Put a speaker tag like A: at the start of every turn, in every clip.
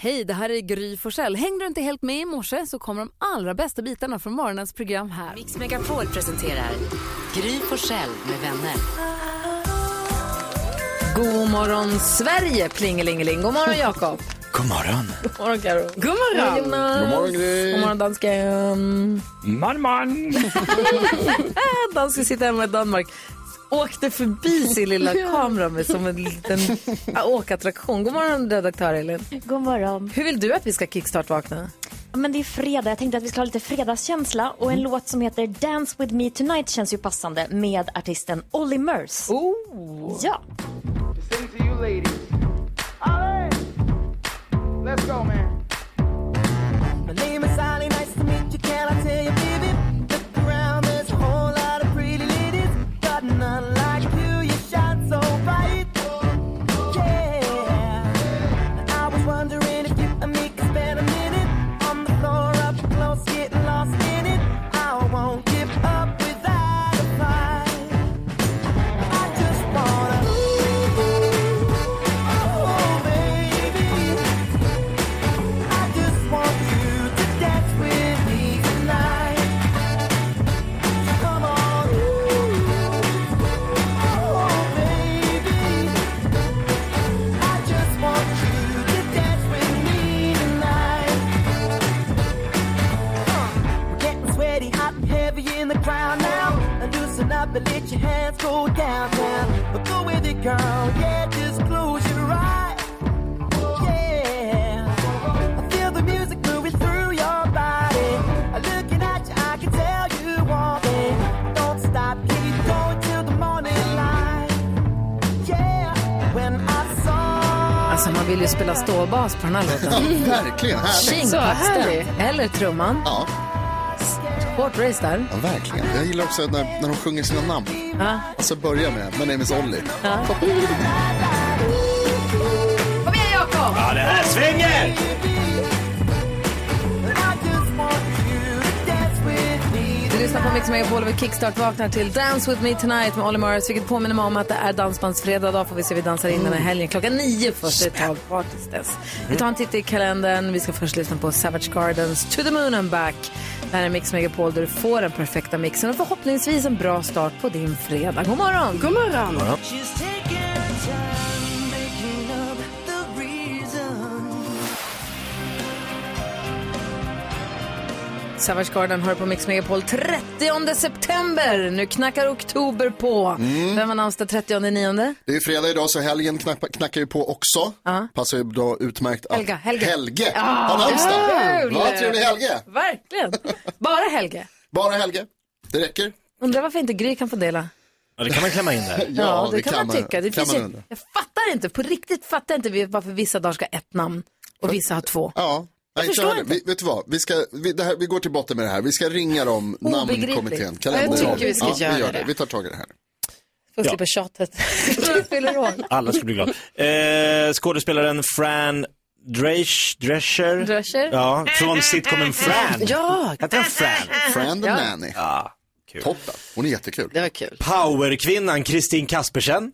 A: Hej, det här är Gry Forssell. Hängde du inte helt med i morse så kommer de allra bästa bitarna från morgonens program här.
B: Mix Megapol presenterar Gry Forssell med vänner.
A: God morgon Sverige, plingelingeling. God morgon Jakob.
C: God morgon.
A: God morgon Karo. God morgon Jonas.
C: God morgon, Gry.
A: God morgon dansken.
C: Man, man.
A: dansken sitter hemma i Danmark. Åkte förbi sin lilla kamera med som en liten åkattraktion. God morgon redaktör Elin.
D: God morgon.
A: Hur vill du att vi ska kickstart-vakna?
D: Ja, Men det är fredag. Jag tänkte att vi ska ha lite fredagskänsla. Och en låt som heter Dance with me tonight känns ju passande med artisten Olly Murs.
A: Oh.
D: Ja.
E: Sing to you ladies. All right. Let's go, man.
F: My name is Sally, nice to meet you. Can I tell you, baby? Look around, there's a whole lot of pretty ladies, but none like you. You shine so bright. Yeah. I was wondering if you and me could spend a minute on the floor up close, getting lost in it. I won't give up without a fight. I just wanna, oh baby. I just want you to dance with me tonight. So come on, oh baby. I just want you to dance with me tonight. We're getting sweaty, hot, and heavy in the crowd now. And loosen up and let your hands go down now. But go with it, girl. Yeah, just close your eyes. Yeah, I feel the music moving through your body. Looking at you, I can tell you want it. Don't stop, keep going till the morning light. Yeah, when I saw
A: Alltså man vill ju spela ståbas på den här låten.
C: Verkligen härligt.
A: Tjing,
G: Så
A: Paxton.
G: härligt.
A: Eller trumman.
C: Ja,
A: Hårt race där.
C: ja, verkligen. Jag gillar också när, när de sjunger sina namn.
A: Ja.
C: Alltså börja med My name is Olli.
A: Kom igen Jakob!
F: I just want you to dance with me.
A: Du lyssnar på Mix Megapol och vi kickstart vaknar till Dance with me tonight med Olly Morris, vilket påminner mig om att det är dansbandsfredag. Idag får vi se hur vi dansar in den här helgen. Klockan nio först ett tag kvar tills dess. Vi tar en titt i kalendern. Vi ska först lyssna på Savage Gardens To the Moon and Back. Det här är Mix Megapol där du får den perfekta mixen och förhoppningsvis en bra start på din fredag. God morgon!
G: God morgon.
F: She's taking her time making up the reason.
A: Savage Garden hör på Mix Megapol 30 september. Nu knackar oktober på.
G: Mm.
A: Vem har namnsdag 30 nionde?
C: Mm. Det är ju fredag idag så helgen knapp, knackar ju på också. Passar ju då utmärkt att
A: Helga, Helge.
C: Helge har namnsdag.
A: kul!
C: Ja, trevlig Helge.
A: Verkligen! Bara Helge.
C: Bara Helge. Det räcker.
A: Undrar varför inte Gry kan få dela.
H: Ja, det kan man klämma in där.
A: Ja, det, kan man tycka. Det
C: kan
A: finns
C: man
A: ju,
C: undra.
A: jag fattar inte, på riktigt fattar inte vi varför vissa dagar ska ha ett namn och vissa har två.
C: Ja. Jag
A: förstår inte.
C: Vi, vet du vad, vi, ska, vi, det här, vi går till botten med det här. Vi ska ringa dem,
A: Obegripligt.
C: namnkommittén.
G: Jag tycker vi ska
C: ja, vi
G: göra
C: gör det.
G: det.
C: Vi tar tag i det här.
H: Ja.
A: Får slippa tjatet. Hur fyller år.
H: Alla skulle bli glada. Eh, skådespelaren Fran Dresch, Drescher.
A: Drescher?
H: Ja, från sitcomen Fran.
G: Ja,
H: Hette den Fran?
C: Friend and Nanny.
H: kul.
C: Toppen. Hon är jättekul.
G: det var kul.
H: Powerkvinnan Kristin Kaspersen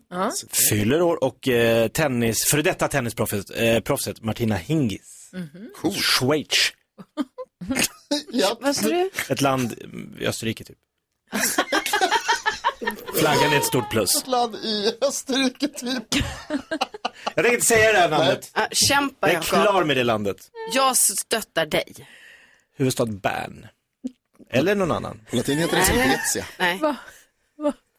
H: fyller år och eh, tennis, före detta tennisproffset eh, proffset Martina Hingis.
C: Cool.
H: Schweiz,
C: Ja.
G: Vad sa du?
H: ett land i Österrike typ. Flaggan är ett stort plus.
C: land i Österrike typ.
H: Jag tänker inte säga det här namnet.
G: Ah, kämpa
H: Jag är
G: Jakob.
H: klar med det landet.
G: Jag stöttar dig.
H: Huvudstad Bern. Eller någon annan.
C: På latin heter det Silesia.
G: Nej.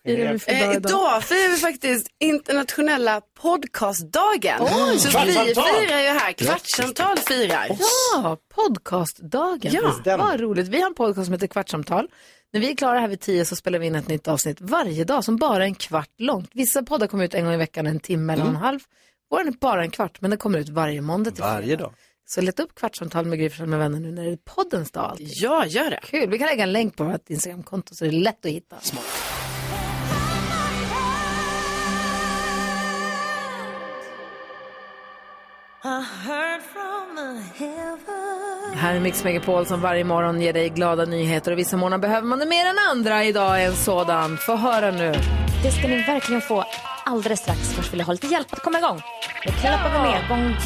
A: Är det för dag
G: Eh,
A: idag?
G: idag firar vi faktiskt internationella podcastdagen. så vi
H: Kvartsamtal!
G: firar ju här, kvartsamtal firar.
A: Ja, podcastdagen.
G: Ja.
H: Den.
A: Vad roligt. Vi har en podcast som heter Kvartsamtal. När vi är klara här vid tio så spelar vi in ett nytt avsnitt varje dag som bara är en kvart långt. Vissa poddar kommer ut en gång i veckan, en timme
G: Mm.
A: eller en halv. Vår är bara en kvart, men den kommer ut varje måndag till
H: Varje
A: fredag.
H: dag.
A: Så leta upp Kvartsamtal med Gry Forssell med vänner nu när det är poddens dag. alltid.
G: Ja, gör det.
A: Kul, vi kan lägga en länk på vårt Instagramkonto så det är lätt att hitta.
F: I heard from the heavens.
A: Här är Mix Megapol som varje morgon ger dig glada nyheter och vissa morgnar behöver man det mer än andra. Idag är en sådan. Få höra nu.
D: Det ska ni verkligen få alldeles strax. Först vill jag ha lite hjälp att komma igång. Då klappar vi med. Gång.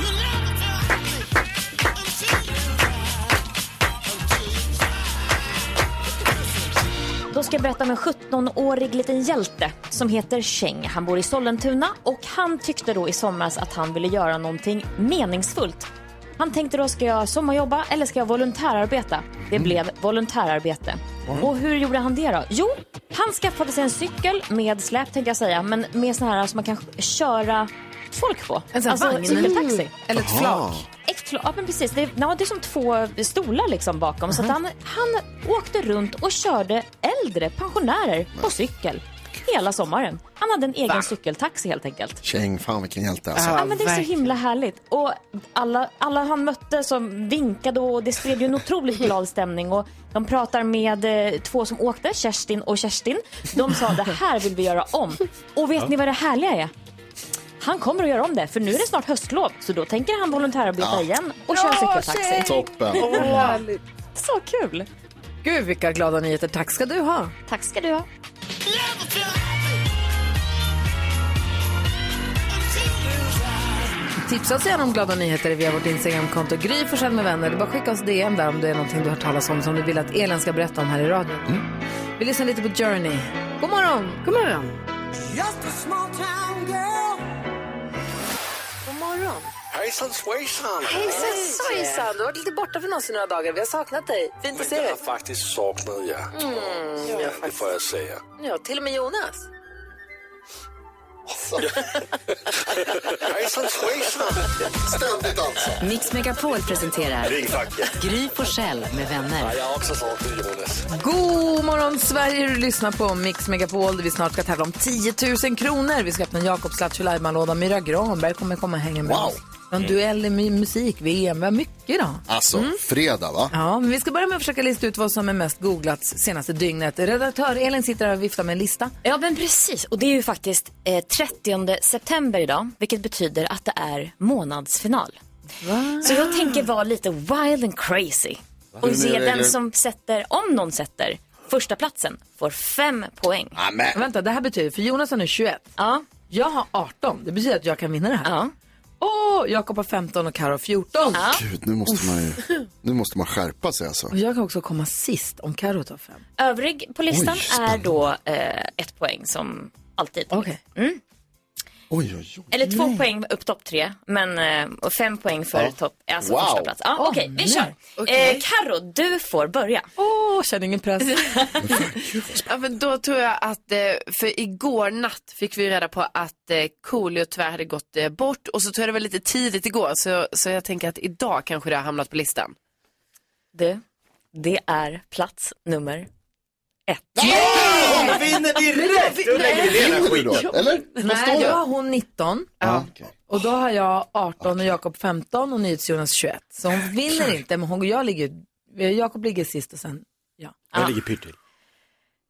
D: ska jag berätta om en 17-årig liten hjälte som heter Cheng. Han bor i Sollentuna och han tyckte då i somras att han ville göra någonting meningsfullt. Han tänkte då, ska jag sommarjobba eller ska jag volontärarbeta? Det blev volontärarbete. Och hur gjorde han det då? Jo, han skaffade sig en cykel med släp tänkte jag säga, men med sån här som man kan köra folk på. Alltså
A: En sån här vagn.
D: cykeltaxi.
A: Eller
D: Uh-huh.
A: ett flak.
D: Ett fla- ja, men precis. Det, ja, det är som två stolar liksom bakom. Så att han, han åkte runt och körde äldre pensionärer på cykel hela sommaren. Han hade en egen cykeltaxi helt enkelt.
C: Käng, fan vilken hjälte alltså.
G: Ja,
D: Ja, men det är så
G: verkligen.
D: himla härligt. Och alla, alla han mötte som vinkade och det spred ju en otroligt glad stämning. Och de pratar med eh, två som åkte, Kerstin och Kerstin. De sa det här vill vi göra om. Och vet ni vad det härliga är? Han kommer att göra om det, för nu är det snart höstlov. Så då tänker han volontärarbeta
C: Ja.
D: igen och köra cykeltaxi.
C: Toppen.
D: Så kul!
A: Gud, vilka glada nyheter. Tack ska du ha.
D: Tack ska du ha.
A: Tipsa oss gärna om glada nyheter via vårt Instagramkonto Gry Forssell med vänner. Det är bara att skicka oss DM där om det är någonting du har hört talas om som du vill att Elin ska berätta om här i radion. Vi lyssnar lite på Journey. God morgon!
G: Mm. God morgon.
F: Just a small town girl.
I: Hejsan svejsan!
A: Hejsan, du har varit lite borta från oss i några dagar. Vi har saknat dig. Fint att se
I: Jag
A: dig. Mm.
I: har faktiskt saknat er.
F: Mm.
H: Mm,
I: Det får jag säga.
A: Ja, till och med Jonas.
C: Alltså.
I: Hejsan svejsan!
C: Ständigt alltså.
B: Mix Megapol presenterar
I: Ring facket.
B: Gry Forssell med vänner.
I: Jag har också saknat Jonas.
A: God morgon Sverige, du lyssnar på Mix Megapol där vi snart ska tävla om 10 000 kronor. Vi ska öppna Jakobs Lattjo Lajban-låda. Myra Granberg kommer komma och hänga med
C: Wow.
A: oss. En duell i mu- musik-VM. Vi har mycket idag.
C: Alltså,
A: Mm.
C: fredag va?
A: Ja, men vi ska börja med att försöka lista ut vad som är mest googlats senaste dygnet. Redaktör Elin sitter här och viftar med en lista.
D: Ja, men precis. Och det är ju faktiskt eh, 30 september idag, vilket betyder att det är månadsfinal. Så jag tänker vara lite wild and crazy och
C: Hur nu
D: ge
C: är det nu?
D: den som sätter, om någon sätter, första platsen får fem poäng.
C: Amen.
A: Vänta, det här betyder, för Jonas har nu 21.
D: Ja,
A: Jag har 18, det betyder att jag kan vinna det här.
D: ja.
A: Åh, Jakob har 15 och Karo 14.
C: Gud, nu måste man ju, nu måste man skärpa sig alltså.
A: Och jag kan också komma sist om Karo tar 5.
D: Övrig på listan
C: Oj,
D: är
C: spännande.
D: då eh, ett poäng som alltid.
A: Okej.
C: Oj, oj, oj.
D: Eller två poäng upp topp tre, men eh, och fem poäng för topp, alltså
C: Wow.
D: första plats. Ja,
A: Åh,
D: Okej, vi
A: nej.
D: kör. Eh, Karo, du får börja.
A: Åh, känner ingen press.
G: Ja, men då tror jag att, eh, för igår natt fick vi reda på att eh, Coolio tyvärr hade gått eh, bort och så tror jag det var lite tidigt igår så, så jag tänker att idag kanske det har hamnat på listan.
D: Du, det är plats nummer ett.
H: Hon vinner direkt! Då lägger vi ner den
C: Vinner
H: här
C: du
H: skiten.
C: då? Eller? Vad
A: Nej,
C: står
A: då
C: det?
A: har hon 19
C: Ja, okej.
A: och då har jag 18 och Jakob 15 och NyhetsJonas 21. Så hon vinner inte, men hon, jag ligger, Jakob ligger sist och sen ja.
H: Jag ligger pyrt till.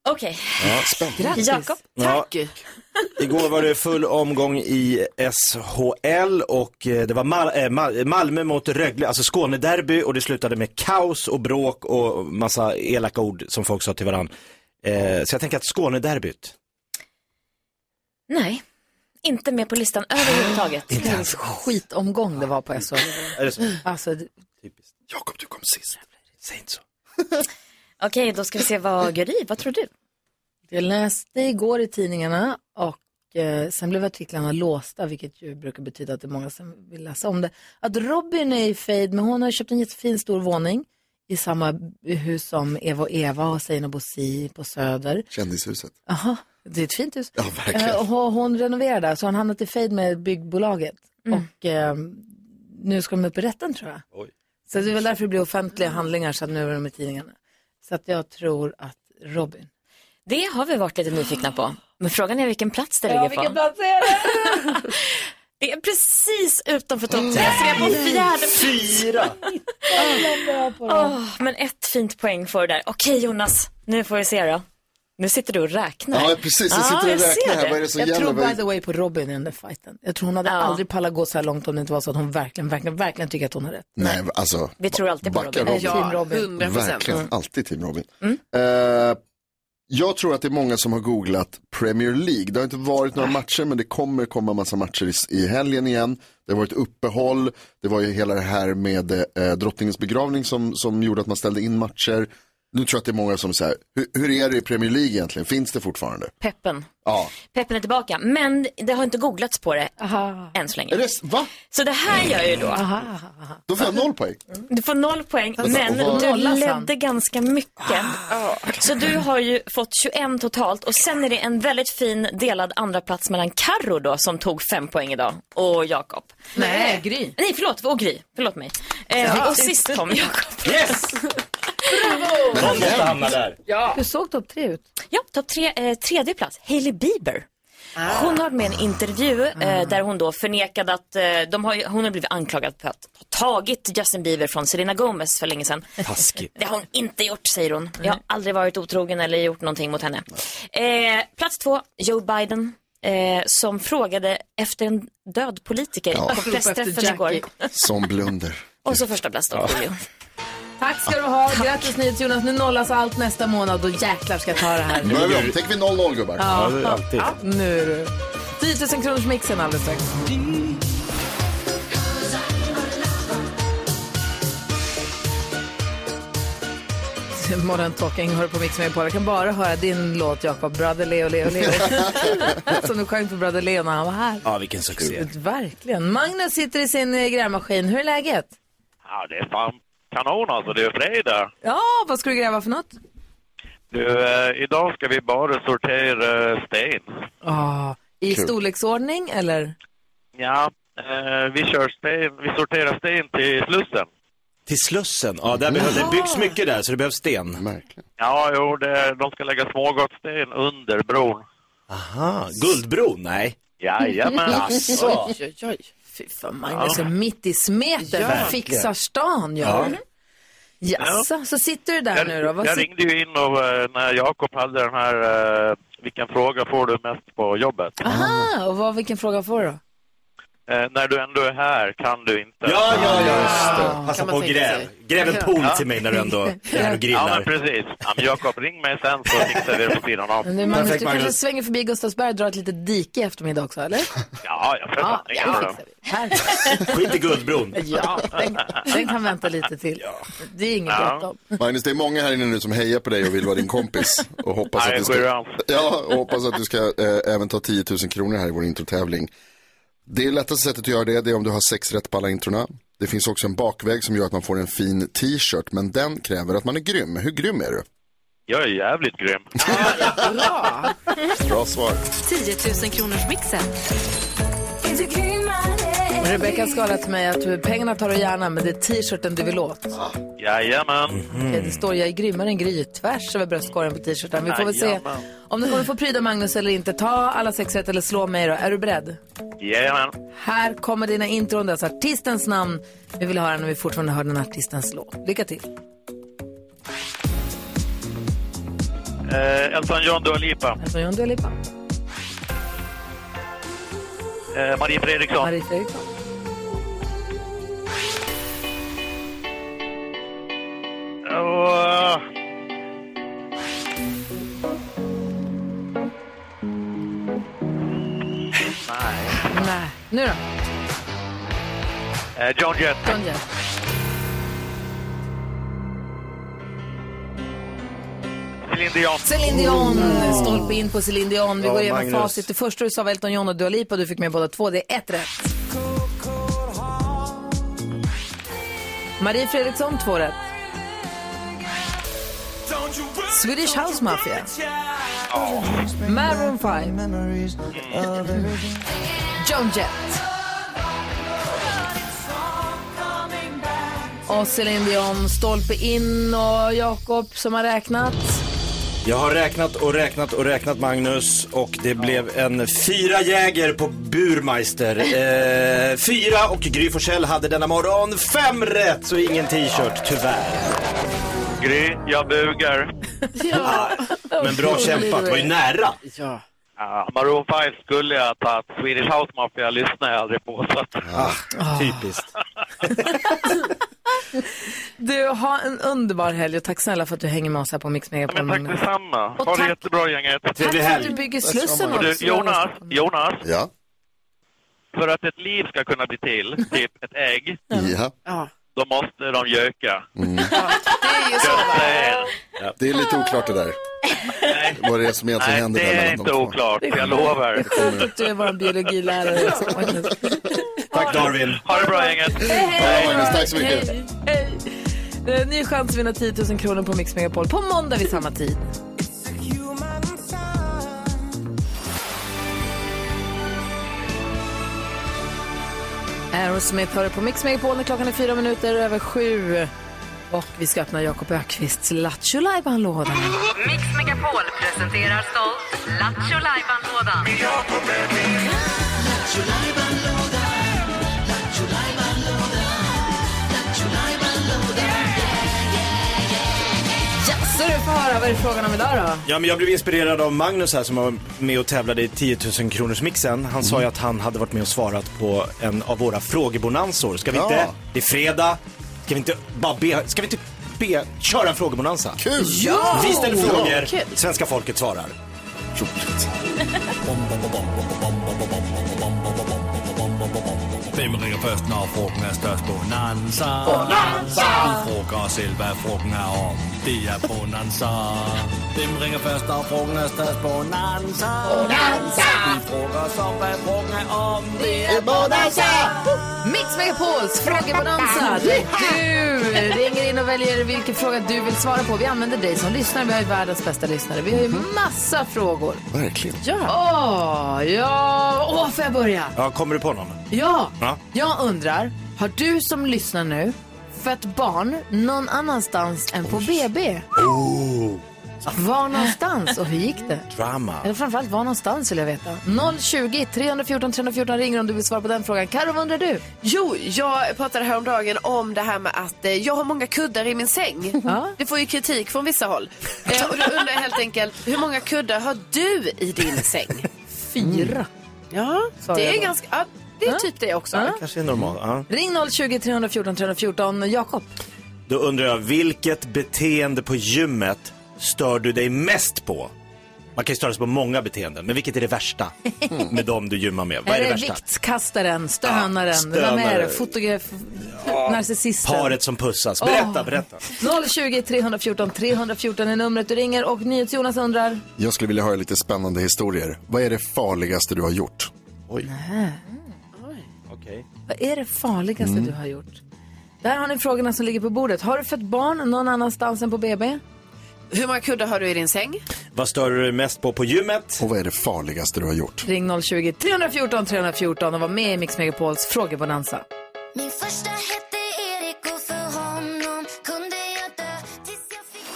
D: Okej,
C: Ja, spännande.
A: Grattis.
D: Jakob.
H: Ja, igår var det full omgång i SHL och eh, det var Mal- eh, Mal- Malmö mot Rögle, alltså Skånederby och det slutade med kaos och bråk och massa elaka ord som folk sa till varandra. Eh, så jag tänker att Skånederbyt,
D: Nej, inte med på listan överhuvudtaget.
H: inte ens
A: Skitomgång det var på SHL.
H: Är det så?
A: Alltså, det-
H: Typiskt.
C: Jakob, du kom sist.
H: Säg inte så.
D: Okej, då ska vi se vad Gry, vad tror du?
A: jag läste igår i tidningarna och eh, sen blev artiklarna låsta, vilket ju brukar betyda att det är många som vill läsa om det. Att Robin är i fejd, men hon har köpt en jättefin stor våning i samma hus som Eva och Eva och Zein och Bosi på Söder.
C: Kändishuset.
A: Jaha, det är ett fint hus.
C: Ja, verkligen.
A: Eh, och hon- hon renoverar där, så hon hamnat i fejd med byggbolaget.
H: Mm.
A: Och eh, nu ska de upp i rätten tror jag.
H: Oj.
A: Så det är väl därför det blir offentliga handlingar, så att nu är de i tidningarna. Så att jag tror att Robin.
D: Det har vi varit lite nyfikna på. Men frågan är vilken plats det ligger på.
A: plats är det?
D: Det är precis utanför topp tre, så det är på fjärde
H: Mm. Fyra!
D: Åh, Men ett fint poäng får du där. Okej Jonas, nu får vi se då. Nu sitter du och räknar.
C: Ja, precis. Jag
D: Ja,
C: sitter
D: jag
C: och
D: ser
C: räknar här.
D: det.
C: Vad är det som
A: Jag
C: gäller?
A: tror
C: Vad är-
A: by the way på Robin i den där fighten. Jag tror hon hade
D: Ja.
A: aldrig pallat gå så här långt om det inte var så att hon verkligen, verkligen, verkligen tycker att hon har rätt.
C: Nej, alltså.
D: Vi tror alltid på
C: backa
D: Robin.
C: Robin.
D: Mm.
A: Team Robin.
G: 100 procent.
C: Verkligen, alltid Team Robin. Eh, jag tror att det är många som har googlat Premier League. Det har inte varit några matcher, men det kommer komma massa matcher i, i helgen igen. Det har varit uppehåll, det var ju hela det här med eh, drottningens begravning som, som gjorde att man ställde in matcher. nu tror jag att det är många som säger, hur, hur är det i Premier League egentligen? Finns det fortfarande?
D: Peppen.
C: Ja.
D: Peppen är tillbaka, men det har inte googlats på det än så
C: Är
D: länge.
C: det, s- va?
D: Så det här gör ju då,
C: Då får jag noll poäng.
D: du får noll poäng, men
C: Alltså, vad-
D: du
A: Nollas han.
D: ledde ganska mycket. Så du har ju fått 21 totalt och sen är det en väldigt fin delad andra plats mellan Karo då som tog fem poäng idag och Jakob.
A: Nej, Gry.
D: Nej, förlåt, och Gry, förlåt mig. Eh, Och sist kom Jakob.
H: Yes! Bravo! De måste hamna där.
A: Hur såg topp tre ut?
D: Ja, topp tre, eh, tredje plats, Hailey Bieber. Hon har med en intervju eh, där hon då förnekade att eh, de har, ju- hon har blivit anklagad för att ha tagit Justin Bieber från Selena Gomez för länge sedan.
H: Taskigt.
D: Det har hon inte gjort, säger hon. Jag har aldrig varit otrogen eller gjort någonting mot henne. Eh, plats två, Joe Biden. Eh, som frågade efter en död politiker på pressträffen
A: Jackie.
D: igår.
C: Som blunder.
D: Och så första plats då, Julio.
A: Tack ska du ha. Grattis nyhets Jonas. Nu nollas allt nästa månad och jäklar ska jag ta det här.
C: Nu börjar vi om. Tänk vi 0-0 gubbar.
H: Ja, det är alltid.
A: Nu är du. 10 000 kronors mixen alldeles strax. Morgontalking hör på Mix Megapol. Jag kan bara höra din låt Jakob, Brother Leo Leo Leo. Som du sjöng för Brother Leo när han var här.
H: Ja, vilken succé.
A: Verkligen. Magnus sitter i sin eh, grävmaskin. Hur är läget?
J: Ja, det är fan kanon alltså. Det är fredag.
A: Ja, vad ska du gräva för något?
J: Du, eh, idag ska vi bara sortera eh, sten.
A: Ah, I storleksordning eller?
J: Ja, eh, vi kör sten. Vi sorterar sten till Slussen.
H: Till Slussen, ja där behövs, det byggs mycket där så det behövs sten.
C: Märkligt.
J: Ja, jo, det, de ska lägga smågottsten under bron.
H: Aha, Guldbron, nej.
J: Jajamän.
H: Jaså?
G: Oj, oj, oj. Fy fan.
A: Magnus är mitt i smeten, fixar stan. Ja. Jaså, så sitter du där
J: Jag,
A: nu då? Vad
J: jag
A: sit-
J: ringde ju in och, eh, när Jakob hade den här, eh, vilken fråga får du mest på jobbet?
A: Aha, och vad, vilken fråga får du då?
J: Eh, när du ändå är här kan du inte.
H: Ja, ja, ja, just det. Passa
G: Kan man
H: på och
G: tänka
H: gräv.
G: sig.
H: Gräv en pool till mig när du ändå är här och
J: Ja, men
H: grillar.
J: precis. Ja, men Jakob, ring mig sen så fixar vi det på sidan av.
A: Men du, Magnus,
H: Perfekt,
A: du kanske
H: Magnus.
A: svänger förbi Gustavsberg och drar ett litet dike i eftermiddag också, eller?
J: Ja, jag får
A: Ja,
J: ja,
A: ja, det fixar vi. Här.
H: Skit i Guldbron.
A: Ja, den, den kan vänta lite till. Det är inget
J: Ja.
A: bråttom.
C: Magnus, det är många här inne nu som hejar på dig och vill vara din kompis. Och hoppas att
J: Nej,
C: du
J: går
C: ska,
J: an.
C: ja, och hoppas att du ska eh, även ta 10 000 kronor här i vår introtävling. Det lättaste sättet att göra det, det är om du har sex rätt på alla introna. Det finns också en bakväg som gör att man får en fin t-shirt, men den kräver att man är grym. Hur grym är du?
J: Jag är jävligt grym.
B: 10 000 kronors mixen.
A: Rebecka har skalat till mig att pengarna tar du gärna, men det är t-shirten du vill åt.
J: Jajamän.
A: Mm-hmm. Okej,
J: Mm.
A: Det står jag är grymmare än Gry tvärs över bröstkorgen på t-shirten. Vi får
J: Ah,
A: väl se
J: Jajamän.
A: om du kommer få pryda Magnus eller inte. Ta alla sex rätt eller slå mig då. Är du beredd?
J: Jajamän.
A: Här kommer dina intron, det är alltså artistens namn. Vi vill höra när vi fortfarande hör den artistens låt. Lycka till.
J: Eh, Elton John, Dua Lipa.
A: Elton John, Dua Lipa,
J: Eh, Marie Fredriksson.
A: Marie Fredriksson.
J: Åh.
A: Nej. Nu då?
J: Eh, John Jett.
A: John Jett.
J: Céline Dion.
A: Céline Dion, stolpe in på Céline Dion. Vi
H: Ja,
A: går igenom
H: Magnus.
A: facit. Det första du sa var Elton John och Dua Lipa. Du fick med båda två. Det är ett rätt. Marie Fredriksson, två rätt. Swedish House Mafia. Maroon 5. Joan Jett. Och Céline Dion, stolpe in och Jakob som har räknat.
H: Jag har räknat och räknat och räknat Magnus och det blev en fyra jäger på Burmeister. Eh, fyra och Gry Forssell hade denna morgon fem rätt så ingen t-shirt tyvärr.
J: Gry, jag bugar.
H: Men bra kämpat, det var ju nära.
J: Ah, Maroon 5 skulle jag ha tagit. Swedish House Mafia lyssnar jag aldrig på. Så att,
H: Typiskt.
A: Du, ha en underbar helg och tack snälla för att du hänger med oss här på Mix Megapol.
J: men tack
A: Magnus.
J: detsamma. Ha
A: tack.
J: det jättebra, gänget.
A: Tack
H: Trevlig
A: för att
H: helg.
A: du bygger Slussen
J: Och Du,
A: också.
J: Jonas, Jonas,
C: Ja,
J: för att ett liv ska kunna bli till, typ ett ägg,
C: ja.
G: Ja.
J: då måste de göka.
G: Det är ju så.
J: Götta er.
C: Mm. Det är lite oklart det där. Vad det är som egentligen
J: Nej,
C: händer
J: det
C: där
J: är
C: mellan
J: inte
C: de två.
J: oklart, jag lovar.
A: Det är sjukt att du är vår biologilärare.
H: Tack Darwin.
J: Ha det bra gänget.
A: Hej!
C: Magnus, tack så mycket.
A: Hej. Hej. Det är en Eh, ny chans att vinna 10 000 kronor på Mix Megapol på måndag vid samma tid. Aerosmith hör du på Mix Megapol när klockan är fyra minuter över sju. Och vi ska öppna Jakob Ökvists Lattjo Lajban-låda.
B: Mix Megapol presenterar stolt Lattjo Lajban-lådan.
A: Ja, så du får höra. Vad är det frågan om idag då?
H: Ja, men jag blev inspirerad av Magnus här som var med och tävlade i 10 000 kronors mixen. Han sa ju att han hade varit med och svarat på en av våra frågebonanzor. Ska vi
C: Ja.
H: inte, det är fredag, ska vi inte bara be, ska vi inte be, köra en frågebonanza?
C: Kul!
H: Vi ställer frågor,
G: Kul.
H: svenska folket svarar.
C: Roligt.
K: Vem ringer först när frågan är störst? Bonanza! Bonanza! Du frågar själv vad frågan är om. Det är bonanza. Vem ringer först när frågan är störst? Bonanza! Bonanza! Du frågar som vad frågan är om. Det är
A: Mix Megapols frågebonanza. där Du ringer in och väljer vilken fråga du vill svara på. Vi använder dig som lyssnare. Vi har ju världens bästa lyssnare. Vi har ju massa frågor.
C: Verkligen.
A: Åh, ja. Åh, får jag börja?
H: Ja, kommer du på någon?
A: Ja.
H: Ja.
A: Jag undrar, har du som lyssnar nu fött barn någon annanstans än på BB?
G: Oh.
A: Var någonstans och hur gick det?
H: Drama.
A: Eller framförallt var någonstans vill jag veta. 020 314 314 ringer om du vill svara på den frågan. Karo, vad undrar du?
G: Jo, jag pratade häromdagen om det här med att eh, jag har många kuddar i min säng.
A: Ja.
G: Det får ju kritik från vissa håll. Eh, och då undrar jag helt enkelt, hur många kuddar har du i din säng?
A: Fyra.
G: Ja,
A: Sa jag
G: det är
A: då.
G: ganska... Ja, det är typ det också.
H: Kanske är normal. Ja.
A: Ring 020 314 314. Jakob.
H: Då undrar jag, vilket beteende på gymmet stör du dig mest på? Man kan ju störa sig på många beteenden, men vilket är det värsta
A: Mm.
H: med dem du gymmar med? Vad är det, värsta?
A: viktkastaren, stönaren,
H: stönare.
A: vem är det? Fotograf, narcissisten?
H: Paret som pussas. Berätta, berätta.
A: 020 314 314 är numret du ringer och NyhetsJonas undrar.
C: Jag skulle vilja höra lite spännande historier. Vad är det farligaste du har gjort?
H: Okej.
A: Vad är det farligaste du har gjort? Där har ni frågorna som ligger på bordet. Har du fött barn någon annanstans än på BB?
G: Hur många kuddar har du i din säng?
H: Vad stör du dig mest på på gymmet?
C: Och vad är det farligaste du har gjort?
A: Ring 020 314 314 och var med i Mix Megapols frågebonanza.
F: Min första hette Erik och för honom kunde jag dö tills jag fick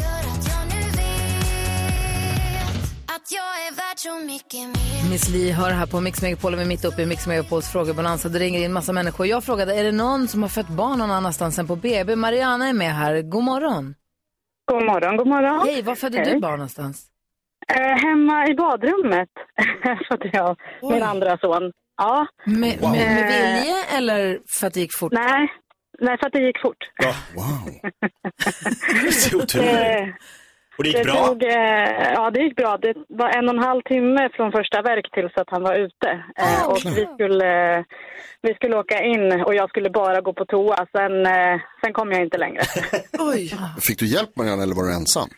F: Gör att jag nu vet att jag är värd så mycket mer
A: Miss Li hör här på Mix Megapol och vi är mitt uppe i Mix Megapols frågebonanza. Det ringer in massa människor. Jag frågade, är det någon som har fött barn någon annanstans än på BB? Mariana är med här. God morgon.
L: God morgon, god morgon.
A: Hej, var födde du
L: Hej.
A: barn någonstans?
L: Eh, hemma i badrummet födde jag min andra son. Ja, Eh.
A: Med, med, med vilje eller för att det gick fort?
L: nej, nej för att det gick fort.
C: Wow.
H: Det är otroligt.
L: Eh,
H: Och det
L: det,
H: gick bra?
L: Tog, eh, ja, det gick bra. Det var en och en halv timme från första verk tills att han var ute.
A: Ah,
L: Eh, och vi skulle, vi skulle åka in och jag skulle bara gå på toa. Sen, eh, sen kom jag inte längre.
G: Oj.
C: Fick du hjälp Marianne eller var du ensam?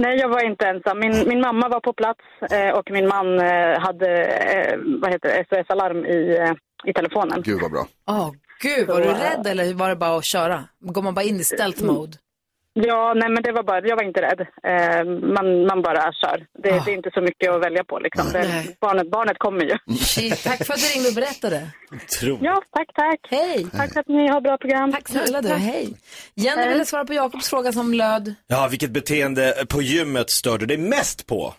L: Nej, jag var inte ensam. Min, min mamma var på plats eh, och min man eh, hade eh, vad heter det, SOS Alarm i, eh, i telefonen.
C: Gud vad bra.
A: Åh gud, var du rädd eller var det bara att köra? Går man bara in i stealth mode?
L: Ja, nej men det var bara, jag var inte rädd. Eh, man, man bara kör. Det,
A: Ah.
L: det är inte så mycket att välja på liksom. Det, barnet, barnet kommer ju.
A: Shit, tack för att du ringde och berättade.
H: Otroligt.
L: Ja, tack, tack.
A: Hej!
L: Tack för att ni har bra program.
A: Tack snälla du, hej. Jenny ville svara på Jakobs fråga som löd.
H: Ja, vilket beteende på gymmet stör du dig mest på?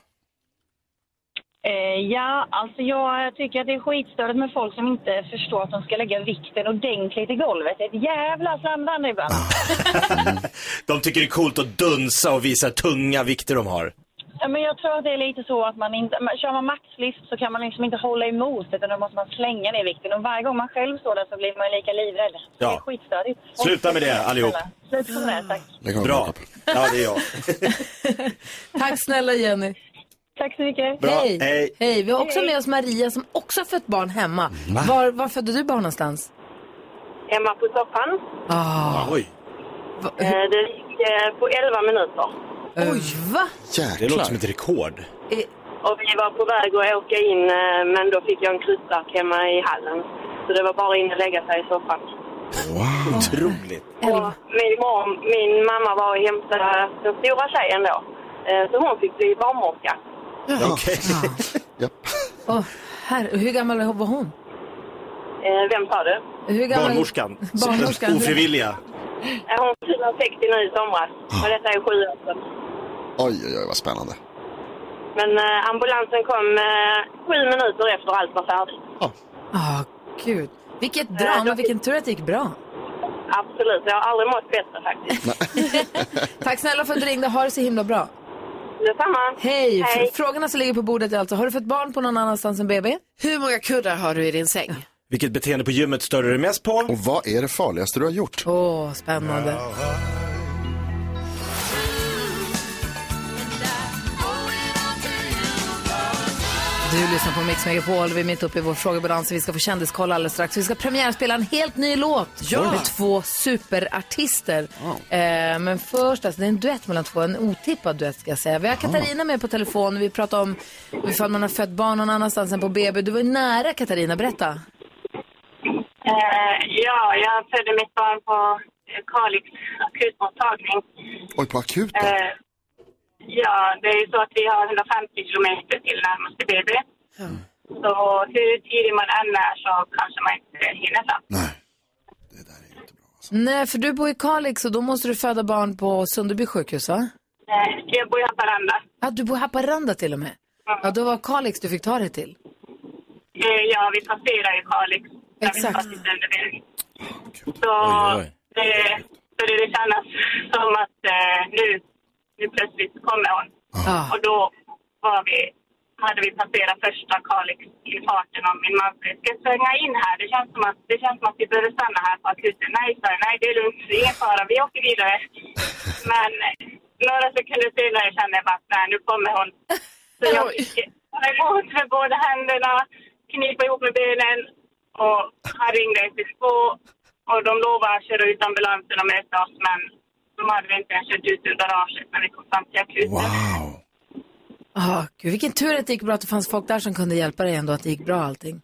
L: Eh, ja, alltså jag tycker att det är skitstörigt med folk som inte förstår att de ska lägga vikten ordentligt i golvet. Ett jävla slamdande ibland.
H: De tycker det är coolt att dunsa och visa tunga vikter de har.
L: Ja, men jag tror att det är lite så att man inte, man- kör man maxlyft så kan man liksom inte hålla emot utan då måste man slänga ner vikten. Och varje gång man själv står där så blir man ju lika livrädd.
H: Ja.
L: Det är skitstörigt.
H: Sluta med det, allihop.
L: Sluta med det, tack.
C: Lägg av,
H: Bra.
C: Jakob.
H: Ja, det är jag.
A: Tack snälla Jenny.
L: Tack så mycket.
H: Bra.
A: Hej.
H: Hej.
A: Hej! Vi har också med oss Maria som också har fött barn hemma. Var, var födde du barn någonstans?
L: Hemma på soffan.
A: Ah,
H: Oj.
M: Eh, Det gick eh, på 11 minuter.
A: Oj, va? Eh,
H: Det låter som ett rekord.
M: Och vi var på väg att åka in eh, men då fick jag en krutverk hemma i hallen. Så det var bara in och lägga sig i soffan.
H: Wow. Otroligt.
M: Och min, mom, min mamma var och hämtade den stora tjejen då. Eh, Så hon fick bli barnmorska.
H: Okej.
A: Åh, herre, hur gammal var hon?
M: Eh, Vem sa du?
A: Hur gammal-
H: Barnmorskan.
A: Barnmorskan.
H: Ofrivilliga.
M: Eh, Hon fyller 60 nu i somras.
H: Ah.
M: Och detta är sju år sedan.
C: Oj, oj, oj, vad spännande.
M: Men eh, ambulansen kom eh, sju minuter efter allt var färdigt.
A: Ah, gud. Vilket drama, vilken tur att det gick bra.
M: Eh, Absolut, jag har aldrig mått bättre faktiskt.
A: Tack snälla för att du ringde, ha det så himla bra.
M: Detsamma.
A: Hej.
G: Hej.
A: Fr- Frågorna som ligger på bordet är alltså, har du fått barn på någon annanstans än BB?
G: Hur många kuddar har du i din säng?
H: Vilket beteende på gymmet stör du dig mest på?
C: Och vad är det farligaste du har gjort?
A: Åh, spännande. Du lyssnar på Mix Megapol, vi är mitt uppe i vår frågebalans vi ska få kändiskoll alldeles strax. Vi ska premiärspela en helt ny låt
G: Ja.
A: med två superartister. Eh, men först, alltså, det är en duett mellan två, en otippad duett ska jag säga. Vi har Katarina med på telefon, vi pratar om ifall man har fött barn någon annanstans än på BB. Du var ju nära Katarina, berätta.
M: Eh, ja, jag födde mitt barn på eh, Kalix akutmottagning.
C: Oj, på akuten?
M: Eh, ja, det är ju så att vi har 150 kilometer till närmaste BB. Så hur tidig man än är så kanske man inte hinner fram.
A: Nej, för du bor i Kalix och då måste du föda barn på Sunderby sjukhus, va?
M: Eh, jag bor i Haparanda.
A: Ja, du bor i Haparanda till och med. Ja, då var Kalix du fick ta dig till.
M: Eh, ja, vi passerar ju Kalix. där vi
A: Exakt.
M: tar till Sundbyberg. Så det började kännas som att eh, nu, nu plötsligt kommer hon. Och då var vi, hade vi passerat första Kalix infarten och min man sa, ska jag svänga in här? Det känns, som att, det känns som att vi behöver stanna här på akuten. Nej, sa jag, nej det är lugnt, Det är ingen fara, vi åker vidare. Men eh, några sekunder senare kände jag bara att nej, nu kommer hon. Så jag fick ta emot med båda händerna, knipa ihop med benen och han ringde 112 och de lovade att köra ut ambulansen och möta oss men de hade inte ens kört ut ur garaget när vi kom fram till akuten.
A: Ah, gud, vilken tur att det gick bra att det fanns folk där som kunde hjälpa dig ändå, att det gick bra allting.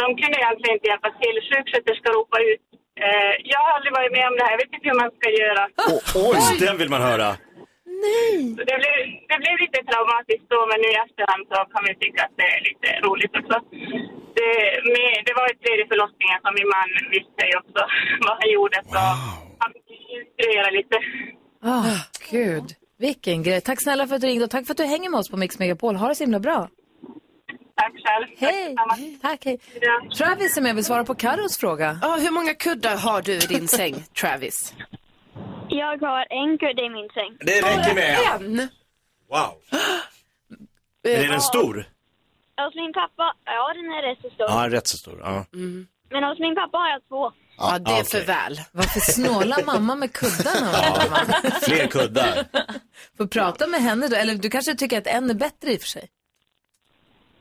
M: De kunde egentligen inte hjälpa till. Sjuksköterskor ropade ut eh, jag har aldrig varit med om det här, jag vet inte hur man ska göra.
H: Oj, den vill man höra.
M: Så Det, blev, det blev lite traumatiskt då, men nu i efterhand så kan vi tycka att det är lite roligt också. Det, med, det var ju tredje förlossningen som min man visste ju också vad han gjorde. Så han fick instruera lite.
A: Ah, gud, vilken grej. Tack snälla för att du ringde och tack för att du hänger med oss på Mix Megapol. Ha det så himla bra.
M: Tack själv.
A: Hej. Tack, hej. Travis är med och vill svara på Carros fråga.
G: Ja, hur många kuddar har du i din säng, Travis?
N: Jag har en kudde i min säng.
H: Det räcker med en.
G: En?
H: Wow. Är den stor?
N: Hos min pappa, ja den är rätt så stor.
H: Ja, rätt så stor. Ja.
A: Mm.
N: Men hos min pappa har jag två.
H: Ja, det är för okej.
G: väl.
A: Varför snålar mamma med kuddarna?
H: Fler kuddar.
A: Får prata med henne då? Eller du kanske tycker att en är bättre i och för sig?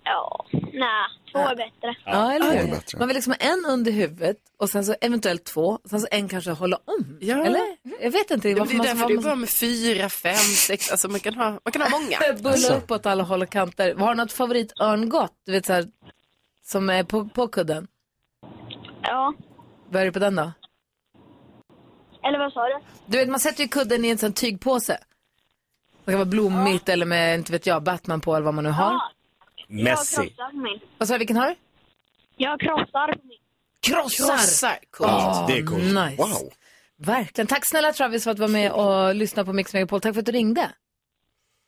N: Ja, nej, två är bättre.
A: Ja, eller hur? Man vill liksom ha en under huvudet och sen så eventuellt två. Och sen så en kanske hålla om. Eller? Jag vet inte.
G: Det är
A: varför
G: ju
A: man
G: därför
A: ska-
G: det är bra med fyra, fem, sex, alltså man kan ha, man kan ha många.
H: Alltså.
A: Bulla upp åt alla håll och kanter. Har du något favoritörngott? Du vet så här, som är på, på kudden?
N: Ja.
A: Vad är det på den då?
N: Eller vad sa du?
A: Du vet, man sätter ju kudden i en sån tygpåse. Det kan vara blommigt eller med, inte vet jag, Batman på eller vad man nu har.
N: Jag
H: Messi.
N: krossar på min.
A: Vad sa du, vilken har du?
N: Jag krossar på min.
A: Krossar!
N: Krossar,
H: coolt.
A: Ah,
H: Det är coolt.
A: Nice.
H: Wow.
A: Verkligen. Tack snälla Travis för att du var med och lyssnade på Mix Megapol. Tack för att du ringde.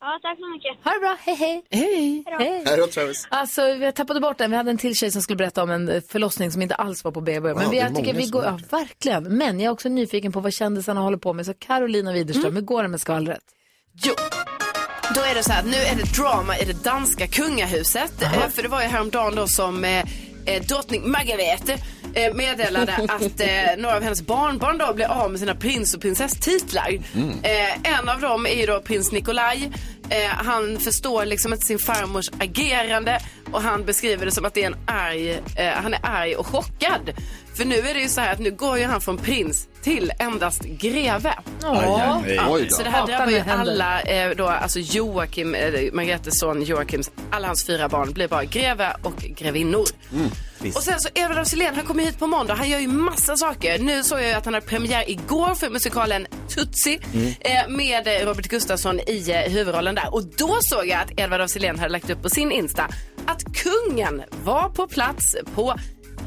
N: Ja, tack så mycket.
A: Ha det bra, hej hej.
G: Hej.
A: Hej.
C: Hej då, Travis.
A: Alltså, vi tappade bort en. Vi hade en till tjej som skulle berätta om en eh, förlossning som inte alls var på BB. Men
O: Wow,
A: vi,
O: det är
A: jag tycker
O: många
A: vi
O: som
A: går,
O: har
A: ja,
O: gjort
A: verkligen. Men jag är också nyfiken på vad kändisarna håller på med. Så Carolina Widerström,
O: Mm.
A: hur går det med skvallret?
G: Jo. Då är det så här, nu är det drama i det danska kungahuset. Eh, För det var ju häromdagen då som eh, eh, drottning Margarete eh, meddelade att eh, några av hennes barnbarn då blev av med sina prins och prinsesstitlar.
F: Mm.
G: Eh, en av dem är ju då prins Nikolaj. Eh, han förstår liksom inte sin farmors agerande och han beskriver det som att det är en arg, eh, han är arg och chockad. För nu är det ju så här att nu går ju han från prins till endast greve.
A: Ja. Aj, aj, aj.
G: Ja,
A: Oj då.
G: Så det här
A: Hatar
G: drabbar ju
A: när det händer.
G: alla, eh, då, alltså Joakim, eh, Margaretes son Joakims, alla hans fyra barn blir bara greve och grevinnor. Och sen så Edward av Sillén, han kommer hit på måndag. Han gör ju massa saker. Nu såg jag ju att han hade premiär igår för musikalen Tutsi
O: Mm.
G: eh, med eh, Robert Gustafsson i eh, huvudrollen där. Och då såg jag att Edward af Sillén hade lagt upp på sin Insta att kungen var på plats på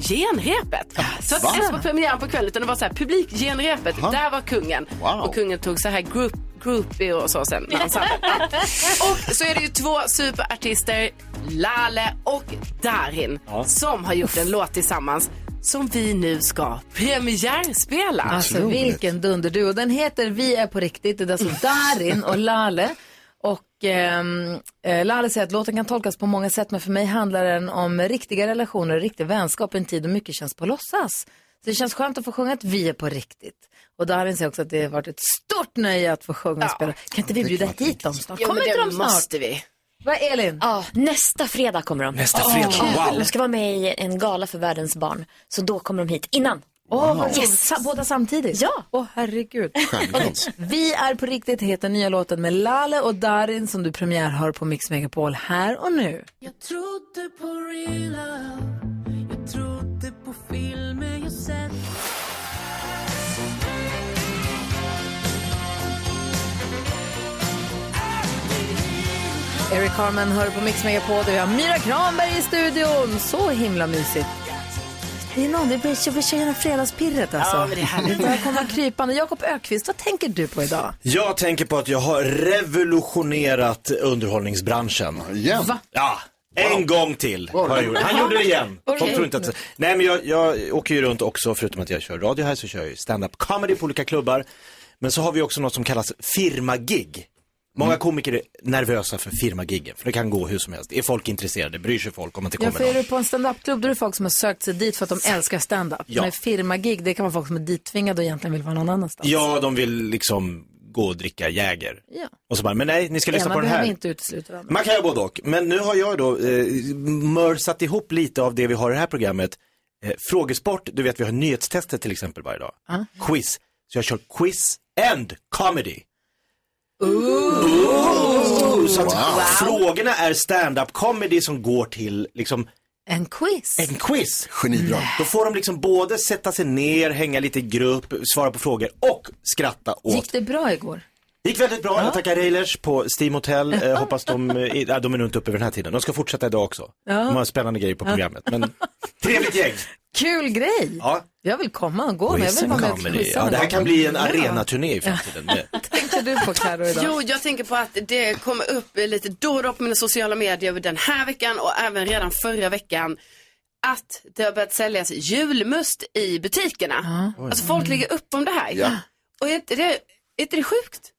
G: genrepet. Så att
O: Va?
G: det inte ens var premiären på kvällen utan det var så här publikgenrepet. Där var kungen. Och kungen tog så här group groupie och så sen när han satt där. Ja. Och så är det ju två superartister, Lale och Darin, som har gjort en låt tillsammans som vi nu ska premiärspela.
A: Alltså vilken dunderduo. Den heter Vi är på riktigt. Det är alltså Darin och Lale. Och ehm, eh, Lale säger att låten kan tolkas på många sätt men för mig handlar den om riktiga relationer och riktig vänskap i en tid då mycket känns på låtsas. Så det känns skönt att få sjunga att vi är på riktigt. Och Darin säger också att det har varit ett stort nöje att få sjunga och spela. Kan inte vi bjuda hit dem snart?
D: Jo,
A: Kommer
D: men
A: inte
D: det
A: de snart?
D: måste
G: vi.
A: Vad Elin?
D: Ja, nästa fredag kommer de.
A: Nästa fredag,
D: Kul.
A: wow.
D: De ska vara med i en gala för världens barn. Så då kommer de hit innan.
A: Åh, vad roligt. Sa- båda samtidigt? Ja. Åh, herregud. Vi är på riktigt heter nya låten med Lale och Darin som du premiärhör på Mix Megapol här och nu.
O: Jag trodde på real love Jag trodde på filmer jag sett
A: Eric Carmen hör på Mix Megapol där vi har Myra Kranberg i studion. Så himla mysigt. Det är någon, det blir, jag vill känna fredagspirret alltså.
H: Ja, men det är härligt.
A: börjar komma krypande. Jakob Ökvist, vad tänker du på idag?
H: Jag tänker på att jag har revolutionerat underhållningsbranschen.
C: Igen?
A: Va?
H: Ja, en gång till har jag gjort. Han gjorde det igen. Folk
A: Okej.
H: tror inte att... Nej men jag, jag åker ju runt också, förutom att jag kör radio här så kör jag ju stand-up comedy på olika klubbar. Men så har vi också något som kallas firmagig. Många komiker är nervösa för firmagiggen, för det kan gå hur som helst. Är folk intresserade? Bryr sig folk om att det
A: Ja,
H: kommer
A: för är du på en standupklubb då är det folk som har sökt sig dit för att de älskar standup.
H: Ja.
A: Men firmagig, det kan vara folk som är dittvingade och egentligen vill vara någon annanstans.
H: Ja, de vill liksom gå och dricka Jäger.
A: Ja.
H: Och så bara, men nej, ni ska lyssna
A: Ena
H: på den
A: behöver
H: här.
A: inte utesluta den andra.
H: Man kan göra både och. Men nu har jag då eh, mörsat ihop lite av det vi har i det här programmet. Eh, frågesport, du vet vi har nyhetstestet till exempel varje dag.
A: Ja.
H: Quiz. Så jag kör quiz and comedy. Uh.
A: Ooh.
H: Så att
A: Wow.
H: frågorna är stand-up comedy som går till liksom
A: En quiz.
H: en quiz. Genibra. Då får de liksom både sätta sig ner, hänga lite i grupp, svara på frågor och skratta åt
A: Gick det bra igår?
H: gick väldigt bra. Jag tackar Railers på Steam Hotel. Eh, hoppas de, eh, i- ja, de är nog inte uppe vid den här tiden. De ska fortsätta idag också.
A: Ja.
H: De har spännande grejer på
A: Ja.
H: programmet. Men trevligt gäng.
A: Kul grej!
H: Ja.
A: Jag vill komma och gå. men Jag
H: Quiz
A: vill vara
H: and
A: med och
H: comedy.
A: quizza
H: Ja,
A: med
H: det här
A: någon.
H: kan bli en
A: Ja.
H: arenaturné i framtiden. Det-
A: tänkte du på Karo idag?
G: Jo, jag tänker på att det kommer upp lite då och då på mina sociala medier den här veckan och även redan förra veckan att det har börjat säljas julmust i butikerna.
O: Ja.
G: Alltså folk lägger upp om det här.
O: Ja.
G: Och är inte det, är inte det sjukt?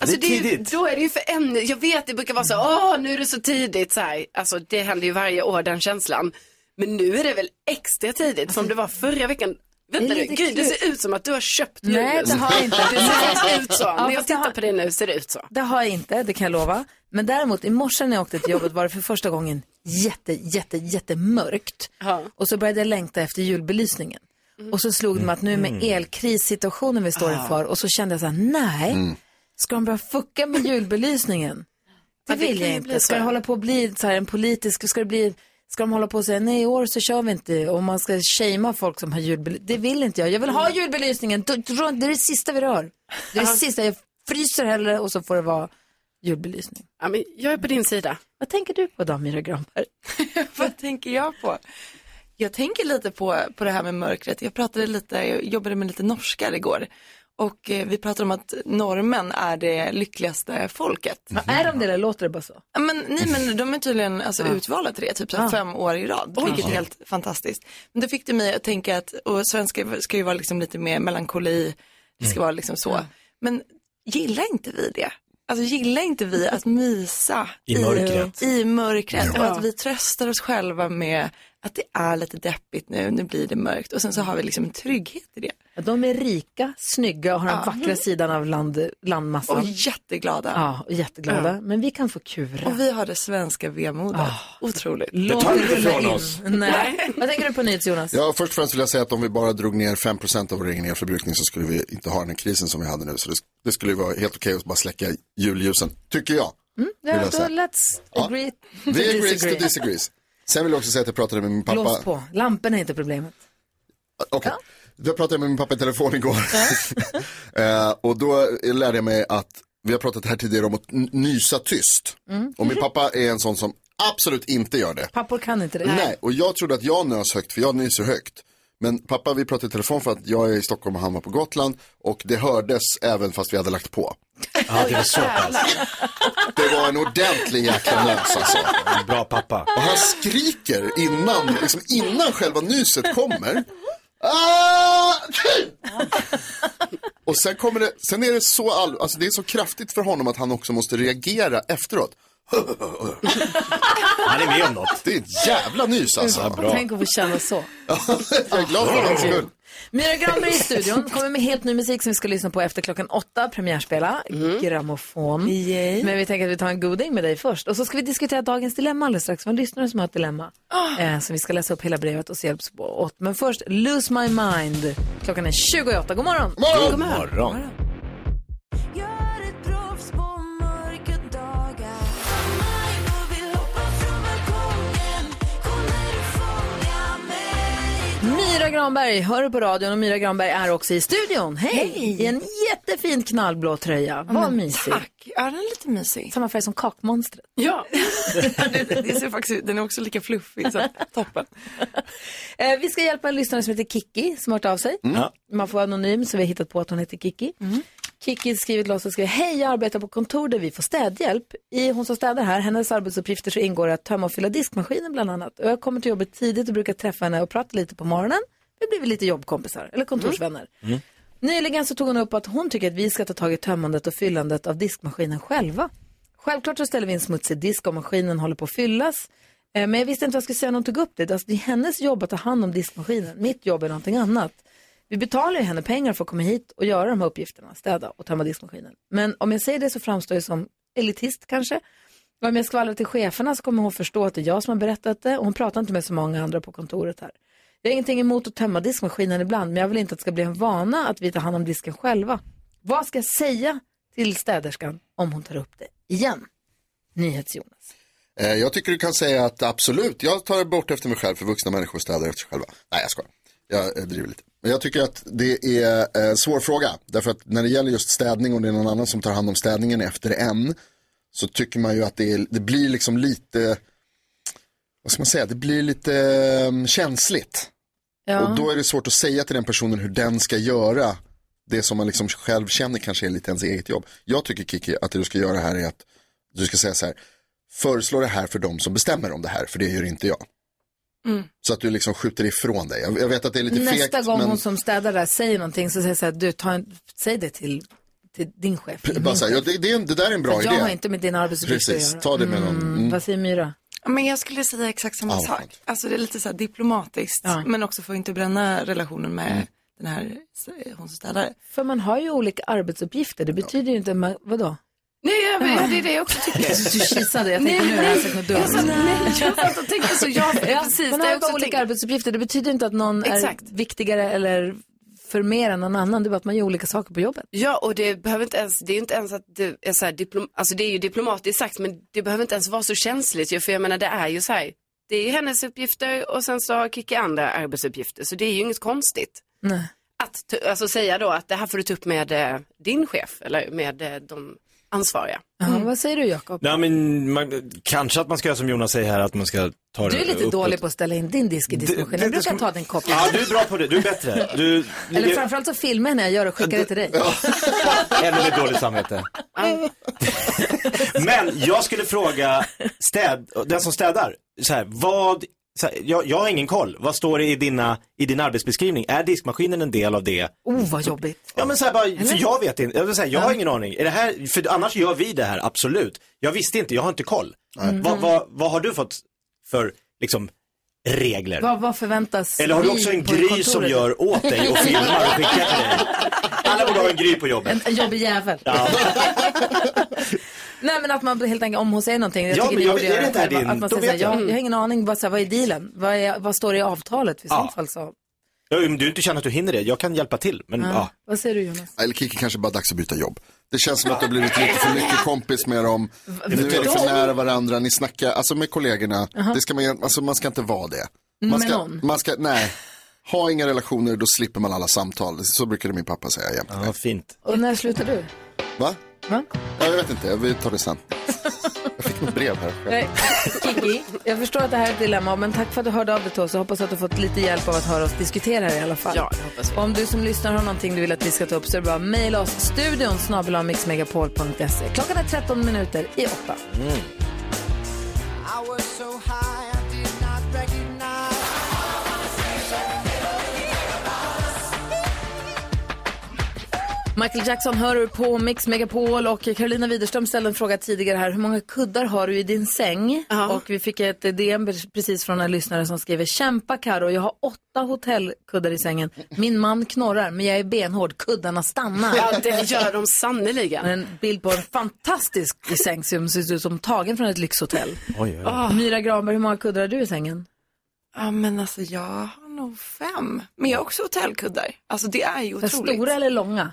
O: Ja, det är
G: Alltså det är ju,
O: tidigt.
G: då är det ju för en, jag vet det brukar vara så, åh nu är det så tidigt så här. Alltså det händer ju varje år den känslan. Men nu är det väl extra tidigt, för om det var förra veckan, vänta nu,
A: Alltså, lite
G: gud det
A: klurigt.
G: ser ut som att du har köpt
A: Nej, det har jag inte.
G: Det ser ut så.
A: Ja,
G: När jag
A: fast det
G: tittar på det nu ser det ut så.
A: Det har jag inte, det kan jag lova. Men däremot i morse när jag åkte till jobbet var det för första gången jätte, jätte, jättemörkt. Och så började jag längta efter julbelysningen. Och så slog det mig att nu med elkrissituationen vi står inför och så kände jag så här, nej, ska de börja fucka med julbelysningen? Det
G: Ja, det
A: vill
G: kan
A: jag
G: ju bli
A: inte.
G: så.
A: Ska det hålla på att bli så här en politisk, ska det bli, ska de hålla på och säga nej i år så kör vi inte och man ska shamea folk som har julbelysning. Det vill inte jag. Jag vill ha julbelysningen, Då- då- det är det sista vi rör. Det är det
G: Ja.
A: sista, jag fryser hellre och så får det vara julbelysning.
G: Ja, men jag är på din sida.
A: Vad tänker du på då, Myra Granberg?
O: Vad tänker jag på? Jag tänker lite på, på det här med mörkret. Jag pratade lite, jag jobbade med lite norskar igår. Och eh, vi pratade om att norrmän är det lyckligaste folket.
A: Är de det eller låter det bara så?
O: Ja, Men, nej men de är tydligen alltså, utvalda till det, typ så här
A: Ja.
O: fem år i rad,
A: Oj.
O: vilket är
A: Ja.
O: helt fantastiskt. Men det fick det mig att tänka att, och svenskar ska ju vara liksom lite mer melankoli, det ska
P: Mm.
O: vara liksom så. Men gillar inte vi det? Alltså gillar inte vi att mysa
P: I mörkret.
O: i mörkret
P: Ja.
O: och att vi tröstar oss själva med att det är lite deppigt nu, nu blir det mörkt och sen så har vi liksom en trygghet i det.
A: Ja, de är rika, snygga och har den
O: Ja.
G: Mm.
A: vackra sidan av land, landmassan.
O: Och jätteglada.
A: Ja, och jätteglada.
O: Ja.
A: Men vi kan få kura.
O: Och vi har det svenska vemodet.
A: Ah,
O: Otroligt.
C: Det tar inte ifrån oss.
A: Nej. Vad tänker du på nyhets, Jonas?
C: Ja, först och främst vill jag säga att om vi bara drog ner 5% av vår egen elförbrukning så skulle vi inte ha den här krisen som vi hade nu. Så det, det skulle ju vara helt okej att bara släcka julljusen, tycker jag. vill
A: Mm? Ja,
C: jag
A: då
C: säga.
A: let's agree to
C: Vi agrees
A: disagree.
C: to disagrees. Sen vill jag också säga att jag pratade med min pappa.
A: Blås på. Lamporna är inte problemet.
C: Okej. Jag pratade med min pappa i telefon igår. eh, och då lärde jag mig att, vi har pratat här tidigare om att n- nysa tyst.
A: Mm.
C: Och min pappa är en sån som absolut inte gör det.
A: Pappor kan inte det.
C: Nej, och jag trodde att jag nös högt för jag nyser högt. Men pappa, vi pratade i telefon för att jag är i Stockholm och han var på Gotland och det hördes även fast vi hade lagt på.
H: Ja, det var så pass.
C: Det var en ordentlig jäkla nös alltså.
H: Bra pappa.
C: Och han skriker innan, liksom innan själva nyset kommer. Ah! Och sen kommer det, sen är det så all, alltså det är så kraftigt för honom att han också måste reagera efteråt.
H: Han är med om något.
C: Det är ett jävla nys alltså.
A: Mm. Tänk att få känna så.
C: Jag är glad för hans skull.
A: Myra Granberg i studion kommer med helt ny musik som vi ska lyssna på efter klockan åtta, premiärspela,
C: Mm.
A: grammofon. Men vi tänker att vi tar en goding med dig först. Och så ska vi diskutera dagens dilemma alldeles strax. Vad lyssnare som har ett dilemma. Eh, så vi ska läsa upp hela brevet och se hjälps åt. Men först, Lose My Mind. Klockan är 28. God morgon!
F: morgon!
H: morgon.
A: Myra Granberg hör du på radion och Myra Granberg är också i studion. Hej! I en jättefin knallblå tröja. Vad mysig.
O: Tack. Ja, den är lite mysig.
A: Samma färg som kakmonstret.
O: Ja, det, det ser faktiskt ut. Den är också lika fluffig. Så att, toppen.
A: Eh, vi ska hjälpa en lyssnare som heter Kiki som har hört av sig.
C: Mm.
H: Ja.
A: Man får vara anonym så vi har hittat på att hon heter Kiki. Kiki skriver till oss och skriver, hej jag arbetar på kontor där vi får städhjälp. I Hon som städar här, hennes arbetsuppgifter så ingår det att tömma och fylla diskmaskinen bland annat. Och jag kommer till jobbet tidigt och brukar träffa henne och prata lite på morgonen. Vi blir väl lite jobbkompisar eller kontorsvänner.
H: Mm.
A: Nyligen så tog hon upp att hon tycker att vi ska ta tag i tömmandet och fyllandet av diskmaskinen själva. Självklart så ställer vi in smutsig disk om maskinen håller på att fyllas. Eh, Men jag visste inte vad jag skulle säga när hon tog upp det. Alltså, det är hennes jobb att ta hand om diskmaskinen. Mitt jobb är någonting annat. Vi betalar ju henne pengar för att komma hit och göra de här uppgifterna. Städa och tömma diskmaskinen. Men om jag säger det så framstår jag som elitist kanske. Och om jag skvallrar till cheferna så kommer hon förstå att det är jag som har berättat det. Och hon pratar inte med så många andra på kontoret här. Jag har ingenting emot att tömma diskmaskinen ibland, men jag vill inte att det ska bli en vana att vi tar hand om disken själva. Vad ska jag säga till städerskan om hon tar upp det igen? NyhetsJonas.
C: Eh, Jag tycker du kan säga att absolut, jag tar bort efter mig själv för vuxna människor städar efter sig själva. Nej, jag skojar. Jag eh, driver lite. Men jag tycker att det är eh, en svår fråga. Därför att när det gäller just städning och det är någon annan som tar hand om städningen efter en. Så tycker man ju att det, är, det blir liksom lite, vad ska man säga, det blir lite eh, känsligt.
A: Ja.
C: Och då är det svårt att säga till den personen hur den ska göra det som man liksom själv känner kanske är lite ens eget jobb. Jag tycker Kiki att det du ska göra här är att du ska säga så här, föreslå det här för de som bestämmer om det här, för det gör inte jag.
A: Mm.
C: Så att du liksom skjuter ifrån dig. Jag jag vet att det är lite
A: Nästa
C: fegt,
A: gång
C: men
A: hon som städar där säger någonting så säger jag så här, du, ta en, säg det till, till din chef. till
C: bara
A: min
C: så här, ja,
A: chef.
C: det, det, är en- det där är en
A: För
C: bra
A: Jag har
C: idé.
A: inte med dina arbetsuppgifter
C: Precis,
A: att göra.
C: ta det med någon.
A: Mm.
C: Mm.
A: Vad säger Myra?
O: Men jag skulle säga exakt samma
A: Ja,
O: sak. Alltså det är lite så här diplomatiskt. Men också får inte bränna relationen med
C: Mm.
O: den här eh, hon som städar.
A: För man har ju olika arbetsuppgifter, det betyder ju inte, man, vadå?
G: Nej, jag,
A: Ja.
G: det är det jag också tycker.
A: Du kisade, jag tänkte nu har jag sagt något dumt.
G: Jag sa, nej, jag satt och tänkte så. Jag, precis,
A: Alltså, man
G: det
A: har
G: jag
A: bara
G: också
A: olika
G: tänker.
A: arbetsuppgifter, det betyder inte att någon
G: Exakt.
A: är viktigare eller för mer än någon annan, det är bara att man gör olika saker på jobbet.
G: Ja, och det behöver inte ens, det är ju inte ens att det är så här diplom, alltså det är ju diplomatiskt sagt, men det behöver inte ens vara så känsligt ju, för jag menar det är ju så här, det är ju hennes uppgifter och sen så har Kikki andra arbetsuppgifter, så det är ju inget konstigt.
A: Nej.
G: Att t- alltså säga då att det här får du ta upp med eh, din chef eller med eh, de ansvariga.
A: Ja, vad säger du Jakob?
H: Nej, men man, kanske att man ska göra som Jonas säger här, att man ska ta
A: Du är lite
H: uppåt.
A: dålig på att ställa in din disk i diskmaskinen, jag brukar ta den kopplingen.
H: Ja, du är bra på det. Du är bättre. Du
A: Eller
H: ligger
A: framförallt så filmar jag när jag gör det och skickar det till dig.
H: ännu med dåligt samvete. Men jag skulle fråga städ, den som städar, så här, vad, så här, jag, jag har ingen koll. Vad står det i, dina, i din arbetsbeskrivning? Är diskmaskinen en del av det?
A: Oh, vad jobbigt.
H: Ja men så här bara, för jag vet inte, jag, vill säga, jag har ingen aning. Är det här, för annars gör vi det här, absolut. Jag visste inte, jag har inte koll. Vad, vad, vad har du fått för liksom, regler.
A: Vad, vad förväntas
H: Eller har du
A: vi
H: också en
A: på
H: gry
A: kontoret?
H: som gör åt dig och filmar och skickar till dig? Alla borde ha en gry på jobbet.
A: En, en jobbig jävel.
H: Ja.
A: Nej men att man helt enkelt, om hon säger någonting. Jag
H: Ja,
A: tycker
H: men jag-
A: borde
H: är det
A: göra
H: inte här
A: själva.
H: din-
A: Att man
H: då
A: säger så
H: vet
A: här,
H: jag.
A: jag, jag har ingen aning, bara så här, vad är dealen? Vad, är, vad står det i avtalet? I så
H: Ja.
A: fall så.
H: Ja, men du inte känner att du hinner det, jag kan hjälpa till. Men,
A: Ja.
H: ja.
A: Vad säger du Jonas?
C: Eller Kiki kanske bara dags att byta jobb. Det känns som att du har blivit lite för mycket kompis med dem. Nu är ni för nära varandra, ni snackar, alltså med kollegorna.
A: Jaha. Mm,
C: Det ska man, alltså man ska inte vara det. Man
A: Med
C: ska,
A: någon?
C: man ska, nej. Ha inga relationer, då slipper man alla samtal. Så brukade min pappa säga jämt.
H: Ja, fint.
A: Och när slutar du?
C: Va?
A: Va?
C: Ja, jag vet inte, vi tar det sen. Jag fick ett brev här själv.
A: Nej, Kiki, jag förstår att det här är ett dilemma, men tack för att du hörde av dig till oss. Jag hoppas att du fått lite hjälp av att höra oss diskutera det i alla fall.
G: Ja, jag hoppas det.
A: Och Om du som lyssnar har någonting du vill att vi ska ta upp så är det bara att mejla oss studion snabel-a mixmegapol.se. Klockan är 13 minuter i åtta.
H: Mm.
F: I was so high, I did not
A: Michael Jackson hör du på Mix Megapol och Carolina Widerström ställde en fråga tidigare här. Hur många kuddar har du i din säng? Och vi fick ett DM precis från en lyssnare som skriver Kämpa Karo, jag har åtta hotellkuddar i sängen. Min man knorrar men jag är benhård, kuddarna stannar.
P: Ja, det gör de sannerligen.
A: En bild på en fantastisk säng som ser ut som tagen från ett lyxhotell.
H: Oj, oj,
O: oj.
A: Myra Granberg, hur många kuddar har du i sängen?
O: Ah. Ja men alltså jag har nog fem. Men jag har också hotellkuddar. Alltså det är ju
A: För
O: otroligt.
A: Stora eller långa?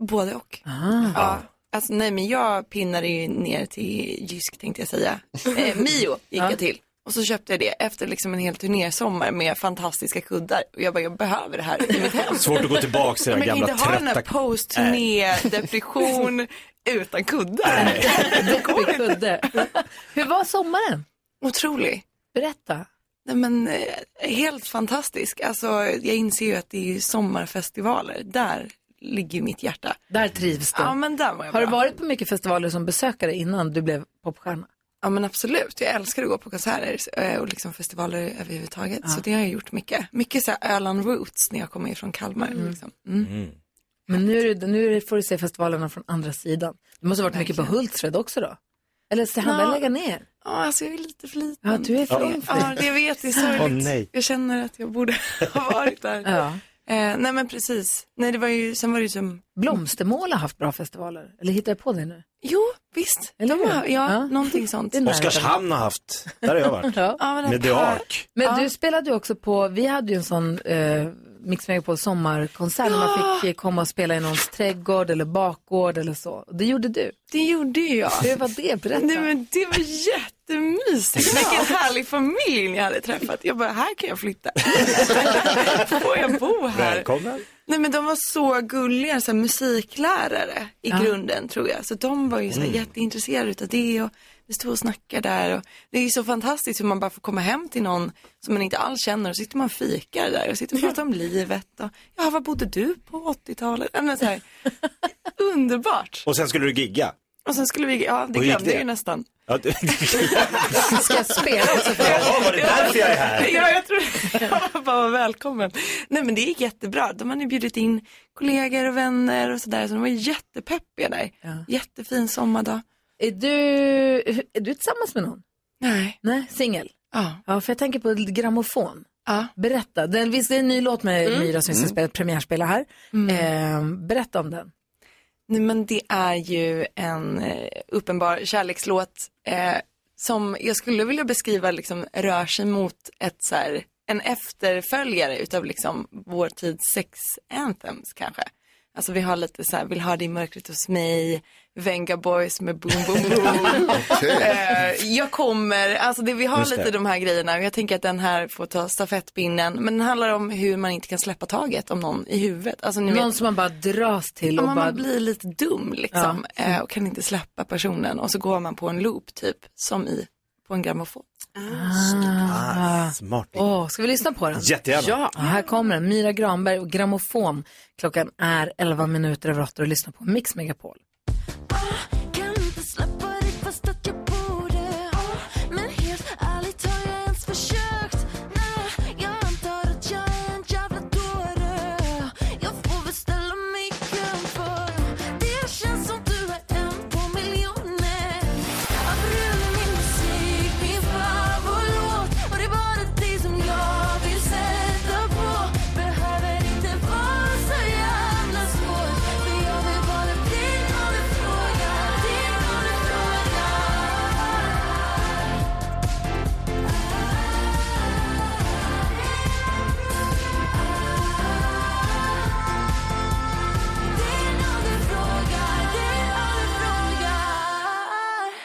O: Både och.
A: Ah.
O: Ja. Alltså nej men jag pinnade ju ner till Jysk tänkte jag säga. Eh, Mio gick jag till. Och så köpte jag det efter liksom en hel turnésommar med fantastiska kuddar. Och jag bara, jag behöver det här i mitt hem.
H: Svårt att gå tillbaks till den
O: Man kan
H: gamla
O: inte ha den här
H: trötta-
O: post-turné-depression utan kuddar.
A: Deppig kudde. Hur var sommaren?
O: Otrolig.
A: Berätta.
O: Nej, men, eh, helt fantastisk. Alltså, jag inser ju att det är ju sommarfestivaler. Där ligger ju mitt hjärta.
A: Där trivs du.
O: Ja, men där var jag
A: Har du
O: bra.
A: varit på mycket festivaler som besökare innan du blev popstjärna?
O: Ja men absolut, jag älskar att gå på konserter eh, och liksom festivaler överhuvudtaget. Så det har jag gjort mycket. Mycket så här Öland Roots när jag kommer ifrån Kalmar. Liksom. Mm.
A: Men nu, är det, nu får du se festivalerna från andra sidan. Det måste ha varit mycket på Hultsfred också då? Eller ska han
O: Ja.
A: väl lägga ner?
O: Ja, alltså jag är lite för liten.
A: Ja, du är för ung
O: ja.
A: för
O: ja, det vet jag. Det är
H: Åh,
O: sorgligt.
H: nej.
O: Jag känner att jag borde ha varit där.
A: Ja.
O: eh, nej men precis. Nej, det var ju, sen var det ju som...
A: Blomstermål har haft bra festivaler. Eller hittar jag på det nu?
O: Jo, visst.
A: Eller
O: De har- ja, någonting sånt. Det är närheten.
H: Oskarshamn har haft, där har jag varit.
A: Ja.
H: Med The Ark.
A: Men du spelade ju också på, vi hade ju en sån eh, Mix Megapol sommarkonsert när man fick eh, komma och spela i någons trädgård eller bakgård eller så. Det gjorde du.
O: Det gjorde ju jag.
A: Hur var det? Berätta.
O: Nej, men det var jättemysigt. Vilken härlig familj ni hade träffat. Jag bara, här kan jag flytta. Får jag bo här?
H: Välkommen.
O: Nej men de var så gulliga, så här, musiklärare i
A: Ja.
O: grunden tror jag. Så de var ju så här,
A: Mm.
O: jätteintresserade utav det och vi stod och snackade där. Och det är ju så fantastiskt hur man bara får komma hem till någon som man inte alls känner och så sitter man och fikar där och sitter och pratar om livet. Och, ja, vad bodde du på 80-talet? Ja, men så här, underbart.
H: Och sen skulle du gigga.
O: Och sen skulle vi, ja det
H: Hur gick
O: glömde jag
H: det?
O: ju nästan.
H: Ja, det-
A: Ska jag spela också?
H: Jaha, var det därför jag är här?
O: Ja, jag tror jag bara var välkommen. Nej men det gick jättebra. De hade bjudit in kollegor och vänner och sådär. Så de var jättepeppiga där. Jättefin sommardag.
A: Är du, är du tillsammans med någon?
O: Nej.
A: Nej, singel?
O: Ja.
A: Ja, för jag tänker på grammofon.
O: Ja.
A: Berätta, den, visst det är en ny låt med
O: Mm.
A: Myra som vi ska
O: Mm.
A: spela, premiärspela här. Eh, berätta om den.
O: Nej men det är ju en eh, uppenbar kärlekslåt eh, som jag skulle vilja beskriva liksom rör sig mot ett så här, en efterföljare utav liksom vår tids sex anthems kanske. Alltså vi har lite så här, vill ha det i mörkret hos mig, Venga Boys med boom boom boom. eh, jag kommer, alltså det, vi har
F: Just det.
O: lite de här grejerna och jag tänker att den här får ta stafettpinnen. Men den handlar om hur man inte kan släppa taget om någon i huvudet. Alltså, ni
A: Någon
O: vet,
A: som man bara dras till
O: Ja,
A: och
O: men
A: bara...
O: man blir lite dum liksom
A: Ja.
O: eh, och kan inte släppa personen och så går man på en loop typ som i på en grammofon.
A: Ah.
H: Smart.
A: Åh, ska vi lyssna på den?
H: Jättegärna.
A: Ja. Här kommer den, Myra Granberg och grammofon. Klockan är 11 minuter över 8 och lyssna på Mix Megapol.
F: Kan inte släppa dig fast att jag borde Men helt ärligt har jag ens försökt Nej, jag antar att jag är en jävla dåre Jag får väl ställa mig i kön för Det känns som du är en på miljoner Av min musik, min favoritlåt Och det är bara dig som jag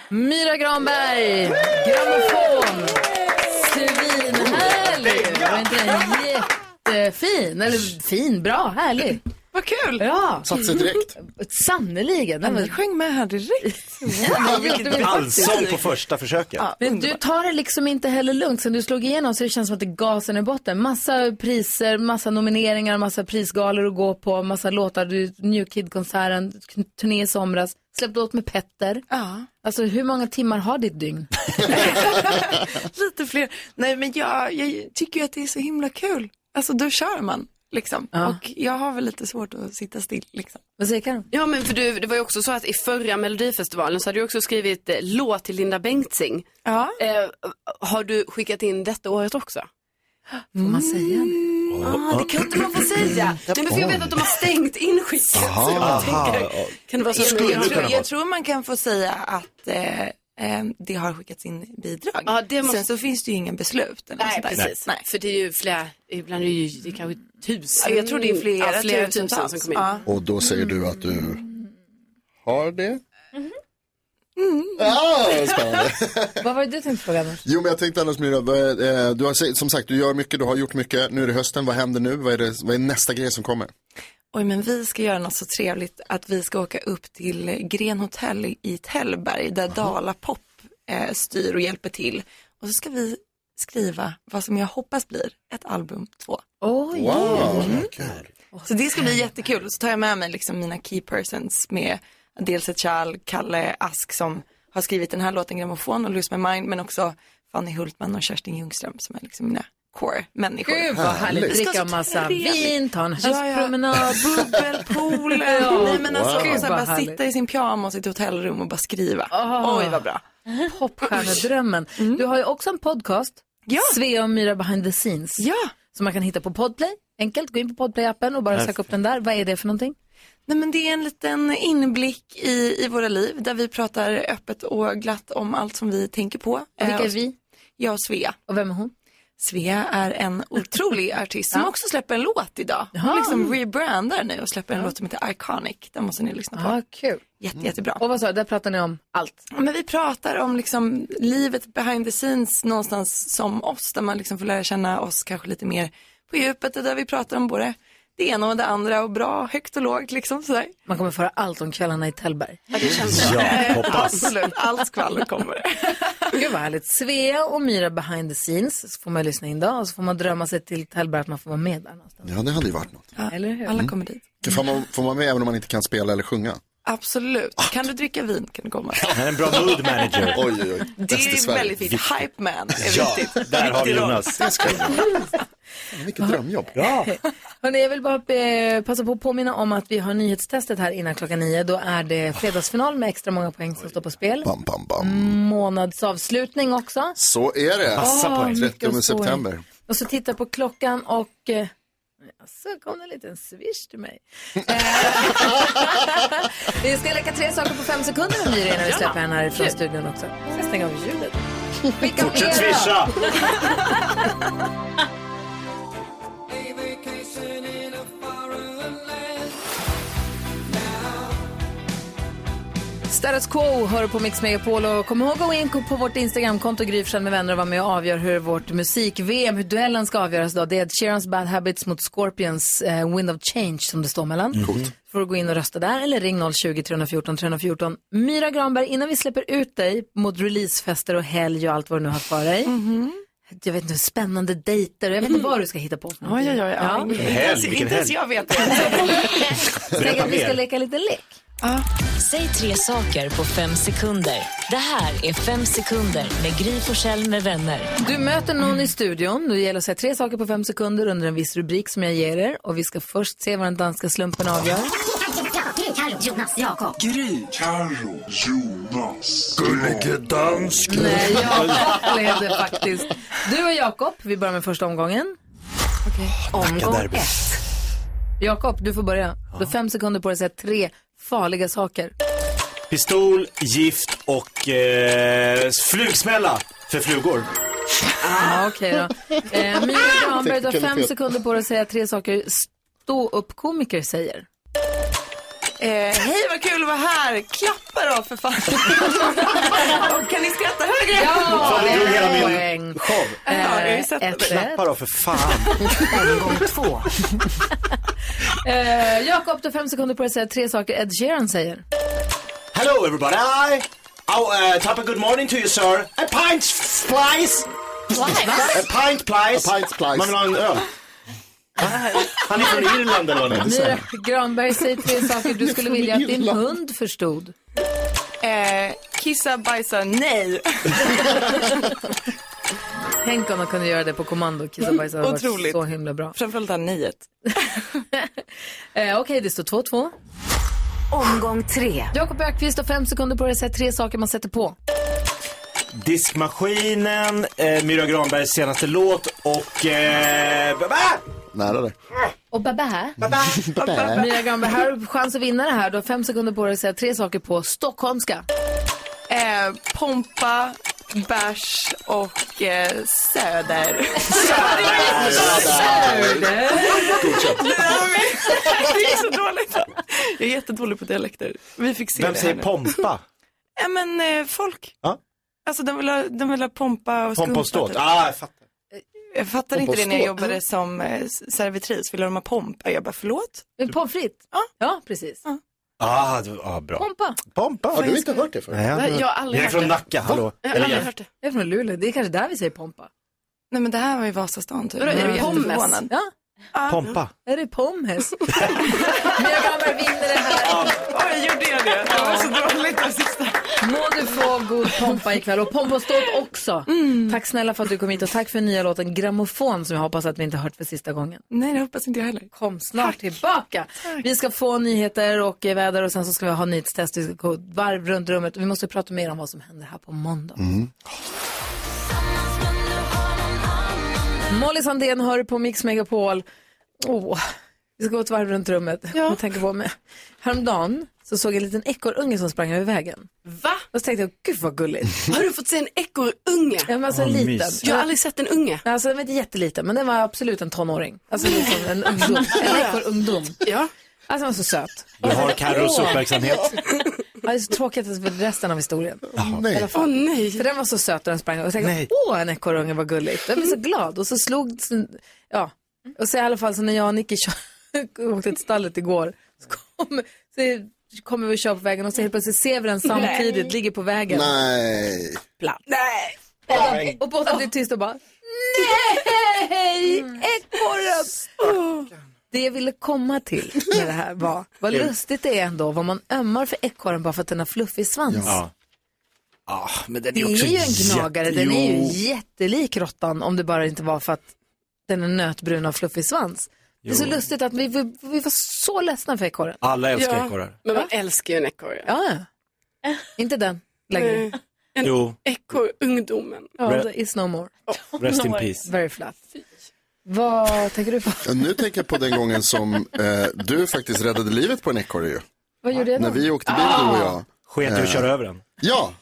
A: Myra Granberg, grammofon,
H: Oh,
A: svinhärlig. Var inte den jättefin? Eller fin, bra, härlig.
O: Vad kul!
A: Ja.
C: Satt sig direkt.
A: Sannerligen. Den var-
O: Vi sjöng med här direkt.
A: Ja, det gjorde vi faktiskt.
H: Allsång på första försöket.
A: Men du tar det liksom inte heller lugnt. Sen du slog igenom så det känns som att det är gasen i botten. Massa priser, massa nomineringar, massa prisgalor att gå på, massa låtar. Du, New Kid-konserten, k- turné i somras. Släppte låt med Petter.
O: Ja.
A: Alltså hur många timmar har ditt dygn?
O: Lite fler. Nej men jag, jag tycker ju att det är så himla kul. Alltså då kör man liksom.
A: Ja.
O: Och jag har väl lite svårt att sitta still liksom.
A: Vad säger Karin?
P: Ja, men för du, det var ju också så att i förra Melodifestivalen så hade du också skrivit eh, låt till Linda Bengtzing.
O: Ja.
P: Eh, har du skickat in detta året också?
A: Får man säga det?
C: Mm.
P: Ah, det kan inte man få säga. Nej, men för jag vet att de har stängt inskicket. så jag tänker, kan det vara så?
O: jag, jag, tror, jag tror man kan få säga att eh, eh, det har skickats in bidrag.
P: Ja, det måste-
O: Sen så finns det ju inga beslut. Eller
P: Nej,
O: sånt där.
P: precis.
O: Nej.
P: För det är ju flera, ibland är det ju det är kanske tusen.
O: Ja, jag tror det är flera
P: ja, flera tusen,
O: tusentals.
P: som kommer in.
O: Ja.
C: Och då säger du att du har det? Ah, spännande.
A: Vad var det du tänkte fråga? annars?
C: Jo, men jag tänkte annars Myra, vad är- eh, du har se- som sagt, du gör mycket, du har gjort mycket. Nu är det hösten, vad händer nu? Vad är, det, vad är nästa grej som kommer?
O: Oj, men vi ska göra något så trevligt att vi ska åka upp till Gren Hotel i- i Tällberg där Dalapop eh, styr och hjälper till. Och så ska vi skriva vad som jag hoppas blir ett album två.
A: Oj!
O: Mm. Så det ska bli jättekul. Och så tar jag med mig liksom mina key persons med dels ett kärl, Kalle Ask som har skrivit den här låten Grammofon och Lose My Mind men också Fanny Hultman och Kerstin Ljungström som är liksom mina core-människor.
A: Gud vad härligt.
O: Vi ska
A: Dricka
O: så
A: massa
O: trevligt.
A: vin, ta en
O: Ja, ja.
A: höstpromenad.
O: bubbelpoolen.
A: Ja.
O: Nej men alltså,
A: Wow.
O: så här,
A: Gud, vad
O: bara sitta i sin pyjamas i ett hotellrum och bara skriva. Oj vad bra.
A: Popstjärnedrömmen. Du har ju också en podcast.
O: Mm. Ja.
A: Svea och Myra behind the scenes.
O: Ja.
A: Som man kan hitta på Podplay. Enkelt, gå in på Podplay-appen och bara
O: Perfekt.
A: söka upp den där. Vad är det för någonting?
O: Nej men det är en liten inblick i, i våra liv där vi pratar öppet och glatt om allt som vi tänker på.
A: vilka
O: Eh,
A: är
O: och-
A: vi?
O: Jag och Svea.
A: Och vem är hon?
O: Svea är en otrolig artist som också släpper en låt idag.
A: Jaha.
O: Hon liksom rebrandar nu och släpper en låt som heter Iconic. Den måste ni lyssna på.
A: Ja, kul.
O: Jätte, jättebra.
A: Och vad sa du, där pratar ni om allt?
O: Ja, Men vi pratar om liksom livet behind the scenes någonstans som oss, där man liksom får lära känna oss kanske lite mer på djupet och där vi pratar om både det ena och det andra och bra, högt och lågt liksom sådär.
A: Man kommer föra allt om kvällarna i Tällberg.
O: Ja, hoppas. Absolut, allt skvaller kommer.
A: Gud vad härligt. Svea och Myra behind the scenes. Så får man lyssna in då och så får man drömma sig till Tällberg att man får vara med där någonstans.
C: Ja, det hade ju varit något.
A: Eller hur?
O: Alla kommer dit.
C: Får man, får man med även om man inte kan spela eller sjunga?
O: Absolut. Kan du dricka vin kan du komma.
H: Han är en bra mood manager.
C: Oj, oj, oj.
O: Det
C: Bäst i
O: är
C: Sverige.
O: väldigt fint. Hype man är
H: Ja,
O: viktigt.
H: där har vi
O: Viktig roll.
H: Jonas.
C: Det ska jag göra. Fan, Vilket drömjobb.
H: Ja.
A: Hörrni, jag vill bara eh, passa på att påminna om att vi har nyhetstestet här innan klockan nio. Då är det fredagsfinal med extra många poäng som står på spel.
C: Bam, bam, bam.
A: Månadsavslutning också.
C: Så är det.
A: Massa Ah, poäng. mycket
C: 30
A: stor.
C: september.
A: Och så titta på klockan och... Eh, så kom det en liten swish till mig. Eh, vi ska leka tre saker på fem sekunder med Myra innan vi släpper henne härifrån studion också. Jag ska stänga av ljudet. Vilka
H: Fortsätt
A: mera?
H: swisha!
A: Status Quo hör på Mix Megapol och kom ihåg att gå in på vårt Instagramkonto Gry Forssell med vänner och vara med och avgör hur vårt musik-VM, hur duellen ska avgöras idag. Det är Ed Sheerans Bad Habits mot Scorpions eh, Wind of Change som det står mellan. Coolt. Får du gå in och rösta där eller ring 020-314 314. Myra Granberg, innan vi släpper ut dig mot releasefester och helg och allt vad du nu har för dig.
O: Mhm.
A: Jag vet inte, spännande dejter och jag vet inte vad du ska hitta på. för någonting.
O: Mm. Oj, oj, oj. Ja. Inte ens-
H: helg, vilken
O: Inte ens
H: helg.
O: jag vet det.
A: Jag tänker att vi ska leka lite lek.
B: Säg tre saker på fem sekunder. Det här är Fem sekunder med Gry Forssell med vänner.
A: Du möter någon i studion. Det gäller att säga tre saker på fem sekunder under en viss rubrik som jag ger er. Och vi ska först se vad den danska slumpen avgör.
F: Jonas, Jakob.
I: Gry, Carro, Jonas. Gullige dansk.
A: Nej, jag leder faktiskt. Du och Jakob, vi börjar med första omgången.
H: Vilka derby.
A: Jakob, du får börja. Du har fem sekunder på dig att säga tre farliga saker.
H: Pistol, gift och eh, flugsmälla för
O: Eh,
H: flugor.
A: Ah, Okej då. Eh, Mia
H: Ah!
A: Granberg, du har
H: Tekniken är
A: fem
H: fel.
A: sekunder på dig att säga tre saker ståuppkomiker säger.
O: Eh, hej vad kul att vara här, klappa då för fan. Och kan ni skratta högre?
H: Fan, du drog hela min
A: poäng.
H: show.
O: Ja, jag har ju sett
A: ett-
O: det.
H: Klappa då för fan.
A: Omgång två. Eh, Jakob, du har fem sekunder på dig att säga tre saker Ed Sheeran säger.
H: Hello everybody. Oh, uh, top of good morning to you sir. A pint splice. A pint plice. A pint splice. Man vill ha en öl. Han är från Irland eller vad det
A: Myra
H: är.
A: Granberg, säg tre saker du skulle vilja att din hund förstod.
O: Eh, kissa, bajsa, nej.
A: Tänk om man kunde göra det på kommando. Kissa bajsa hade varit
O: Otroligt.
A: så himla bra.
O: Framförallt han niet.
A: Eh, Okej, det står 2-2. Omgång tre. Jakob Ökvist har fem sekunder på dig att säga tre saker man sätter på.
H: Diskmaskinen, eh, Myra Granbergs senaste låt och... Eh,
C: Nära det.
A: Och babä.
H: Babä.
A: Myra Eh, Granberg, här har du chans att vinna det här. Du har fem sekunder på dig att säga tre saker på stockholmska.
O: Eh, pompa, bärs och eh, söder. Det är så dåligt. Jag är jättedålig på dialekter. Vi fick se
H: Vem
O: det här
H: säger
O: nu.
H: pompa?
O: Ja men eh, folk.
H: Ja.
O: Alltså de vill ha, de vill ha pompa och
H: Pompa och
O: skumpa,
H: ståt.
O: typ.
H: Ah, jag fattar.
O: Jag fattade
H: Pompa
O: inte
H: och
O: det när jag
H: ståt. Mm.
O: jobbade som eh, servitris. Ville de ha pompa? Jag bara förlåt?
A: Pommes frites?
O: Ja.
A: ja, precis.
H: Ah, det- ah, bra.
A: Pompa.
H: Pompa.
A: Har du inte hört
C: det
A: förut? Jag har aldrig
H: Jag är
A: hört
H: från
A: det.
H: Nacka, hallå.
A: Jag har aldrig hört det. Jag är från Luleå. Det är kanske där vi säger pompa.
O: Nej men det här var ju Vasastan typ.
A: Vadå, är
O: Jag
A: det
O: var
A: pommes?
O: jätteförvånad.
A: Ja.
H: Pompa.
A: Är det pommes? Myra Granberg vinner det här.
O: Oj, gjorde jag det? Det var så dåligt det sista.
A: Må du få god pompa ikväll och pompa och ståt också. Tack snälla för att du kom hit och tack för nya låten Grammofon som jag hoppas att vi inte har hört för sista gången.
O: Nej, det hoppas inte jag heller.
A: Kom snart tillbaka. Vi ska få nyheter och eh, väder och sen så ska vi ha nyhetstest. Vi ska gå ett varv runt rummet och vi måste prata mer om vad som händer här på måndag.
H: Mm.
A: Molly Sandén hör på Mix Megapol. Åh, vi ska gå ett varv runt rummet. Jag tänker på mig. Häromdagen så såg jag en liten ekorrunge som sprang över vägen.
P: Va?
A: Och så tänkte jag, gud vad gulligt.
P: Har du fått se en ekorrunge?
A: Ja, men alltså en
P: Åh,
A: liten.
P: mysigt. Jag har aldrig sett en unge.
A: Alltså den var inte jätteliten, men den var absolut en tonåring. Alltså liksom en ungdom, en ekorrungdom.
P: Ja.
A: Alltså den var så söt.
H: Du har Carros
A: Åh.
H: uppmärksamhet.
A: Ja, det är så tråkigt att det var resten av historien.
H: nej.
A: I alla fall. För den var så söt och den sprang och jag tänkte, åh en ekorrunge vad gulligt. Jag blev så glad och så slog, ja. Och så i alla fall så när jag och Nicky kör- åkte till stallet igår, så kommer så kommer vi och kör på vägen och så helt plötsligt ser vi den samtidigt,
F: Nej.
A: ligger på vägen.
C: Nej.
A: Nej. Och båda blir tysta och bara, Mm.
F: Nej!
A: Ekorren! Det jag ville komma till med det här var vad lustigt det är ändå vad man ömmar för ekorren bara för att den har fluffig svans.
H: Ja. Ah, men den
A: Det
H: är,
A: är
H: också
A: ju en gnagare,
H: jätte-
A: den är ju
H: Jo.
A: jättelik råttan om det bara inte var för att den är nötbrun och fluffig svans. Det är så
P: Jo.
A: lustigt att vi, vi, vi var så ledsna för ekorren.
H: Alla älskar ekorrar.
P: Men man älskar ju en ekorre.
A: Ja, ja. inte den längre.
P: Nej. Eh, En
H: Jo.
P: ekorrungdomen.
A: Ja, det is no more.
C: Rest in peace.
A: Very flat. Vad tänker du på?
C: Ja, Nu tänker jag på den gången som eh, du faktiskt räddade livet på en ekorre ju.
A: Vad gjorde jag då?
C: När vi åkte bil
A: Ah.
C: du och jag. Eh,
H: Sket i att köra över den.
C: Ja,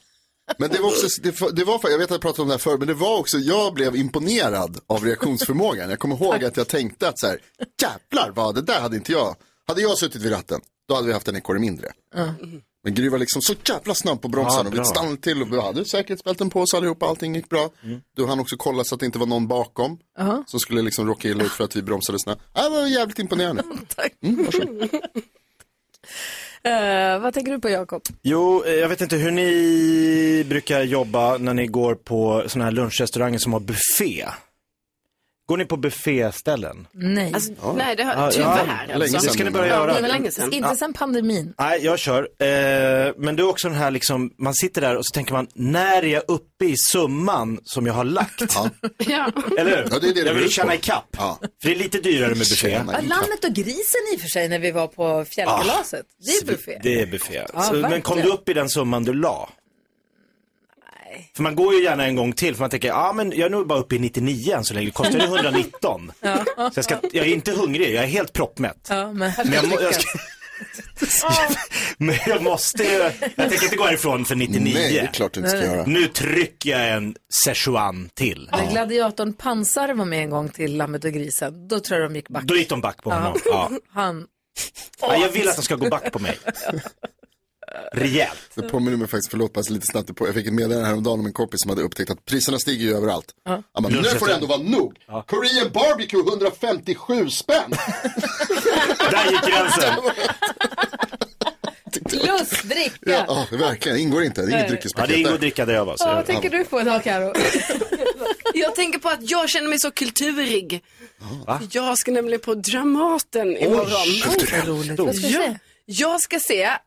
C: men det var också, det, var- det var, jag vet att jag pratade om det här förr, men det var också, jag blev imponerad av reaktionsförmågan. Jag kommer ihåg att jag tänkte att så här, jävlar vad, det där hade inte jag. Hade jag suttit vid ratten, då hade vi haft en ekorre mindre.
A: Ja.
C: Men Gry var liksom så jävla snabb på bromsen
H: Ja,
C: och vi
H: Ah, bra.
C: stannade till och vi hade säkerhetsbälten på oss allihopa, allting gick bra.
H: Mm.
C: Du hann också kolla så att det inte var någon bakom
A: Jaha.
C: som skulle liksom råka illa ut för att vi bromsade snabbt. Det var jävligt imponerande. Mm, varsågod.
A: Eh, vad tänker du på Jakob?
H: Jo, eh, jag vet inte hur ni brukar jobba när ni går på sådana här lunchrestauranger som har buffé. Går ni på bufféställen?
A: Nej.
P: Alltså, nej, det har- tyvärr, alltså. Länge
H: Det ska ni börja
P: sedan.
H: göra.
P: Ja, det var länge sedan.
A: Inte sen pandemin.
H: Nej, jag kör. Eh, men det är också den här liksom, man sitter där och så tänker man, när är jag uppe i summan som jag har lagt?
P: Ja.
H: Eller hur?
C: Ja, det är det det
H: jag
C: går
H: vill
C: ut
H: tjäna
C: på.
H: ikapp. För det är lite dyrare med buffé.
A: Ja, landet och grisen i och för sig när vi var på fjällkalaset.
H: Ah,
A: Det är buffé.
H: Det är buffé.
A: Ja,
H: så, men kom du
A: verkligen.
H: upp i den summan du la? Nej. För man går ju gärna en gång till för man tänker, ja ah, men jag är nog bara uppe i 99 än så länge, det kostar ju 119.
A: Ja.
H: Så jag, ska, jag är inte hungrig, jag är helt proppmätt.
A: Ja, men...
H: Men jag, må, jag, ska, men jag måste ju, jag tänker inte gå härifrån för 99.
C: Nej, det är klart du inte ska göra.
H: Nu trycker jag en Szechuan till.
A: När gladiatorn Pansar var med en gång till Lammet och grisen, då tror jag de gick back.
H: Då gick de back på honom.
A: Ja.
H: Ja.
A: Han
H: Ja, jag vill att de ska gå back på mig. Rejält.
C: Det påminner mig faktiskt, förlåt, alltså lite snabbt, på- jag fick ett meddelande häromdagen om en kompis som hade upptäckt att priserna stiger ju överallt.
A: Ja.
C: Ja, men, nu får det ändå vara nog. Korean barbecue 157 spänn.
H: Där gick gränsen.
A: Plus dricka.
C: Ja, ja, verkligen, det ingår inte. Det är
A: Nej.
C: inget dryckespaket.
H: Ja, alltså. det ingår
C: där.
H: dricka där jag var.
A: Ja, vad tänker du på idag Karo?
G: Jag tänker på att jag känner mig så kulturig.
H: Va?
G: Jag ska nämligen på Dramaten imorgon.
A: roligt. Vad ska du
G: Ja,
A: säga?
G: jag ska se eh,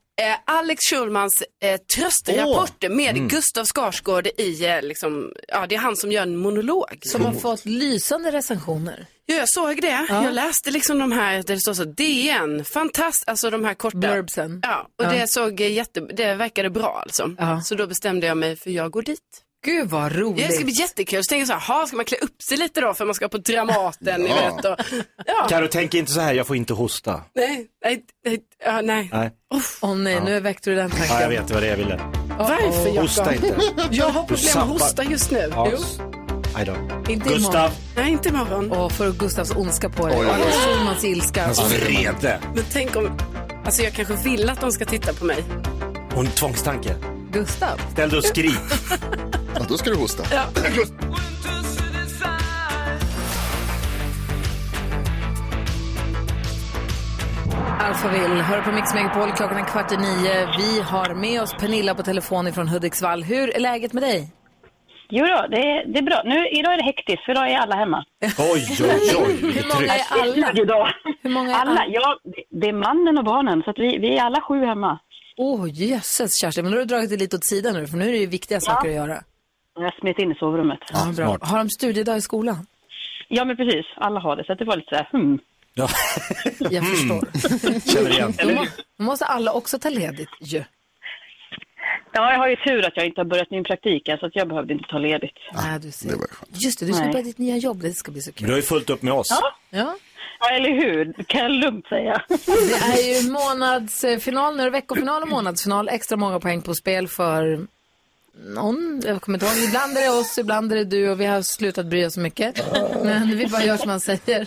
G: Alex Schulmans eh, tröstrapporter med
A: Mm.
G: Gustav Skarsgård i, eh, liksom, ja det är han som gör en monolog.
A: Som har fått lysande recensioner.
G: Ja, jag såg det.
A: Ja.
G: Jag läste liksom de här, där det står så DN, fantastiskt, alltså de här korta.
A: Blurbsen.
G: Ja, och
A: Ja.
G: det såg eh, jätte, det verkade bra alltså. Så då bestämde jag mig för jag går dit.
A: Gud vad roligt.
G: Ja, det ska bli jättekul. Så tänker jag så här, "Ha, ska man klä upp sig lite då för man ska på Dramaten, ni
H: Ja.
G: vet. Och,
H: Karo, tänk inte så här, jag får inte hosta.
G: nej, nej, nej, ja, nej.
H: Nej,
A: Åh nej, nu väckte du den tanken.
H: ja, jag vet vad det är jag ville.
G: Varför Jakob?
H: Hosta inte.
G: Jag har
H: Du
G: problem med
H: sappar.
G: att hosta just nu.
H: Ja,
G: Jo.
H: I don't.
A: Inte
H: Gustav.
A: imorgon.
G: Nej, inte imorgon.
A: Åh, får du Gustavs ondska på dig.
H: Oj, oj, oj.
A: Och Schulmans ilska.
H: Hans vrede.
G: Men tänk om, alltså jag kanske vill att de ska titta på mig.
H: Hon tvångstanke.
A: Gustav.
H: Ställ dig och skrik.
C: ja, då ska du hosta.
G: Ja.
A: Alphaville, hör på Mix Megapol, klockan är kvart i nio. Vi har med oss Pernilla på telefon från Hudiksvall. Hur är läget med dig?
L: Jo då, det, är- det är bra. Nu, idag är det hektiskt, för idag är alla hemma.
H: Oj, oj, oj. Hur
A: många är alla?
L: Idag.
A: Hur många är
L: alla? Ja, det- det är mannen och barnen, så att vi, vi är alla sju hemma.
A: Åh, jösses Kerstin, men nu har du dragit det lite åt sidan nu, för nu är det ju viktiga saker att göra.
L: Jag har smet in i sovrummet.
A: Ja, bra. Har de studiedag i skolan?
L: Ja, men precis. Alla har det, så att det var lite så här, hmm.
H: Ja.
A: Jag förstår.
H: Känner igen.
A: Då må- då måste alla också ta ledigt ju.
L: Ja, jag har ju tur att jag inte har börjat min praktik, än, så att jag behövde inte ta ledigt.
A: Nej, du ser. Just det, du ska
L: Nej.
A: börja ditt nya jobb, det ska bli så kul.
H: Du har ju fullt upp med oss.
L: Ja.
A: Ja.
L: eller hur? Det kan jag lugnt säga.
A: Det är ju månadsfinal, nu är det veckofinal och månadsfinal. Extra många poäng på spel för någon. Jag kommer inte ihåg. Ibland är det oss, ibland är det du och vi har slutat bry oss så mycket. Men vi bara gör som man säger.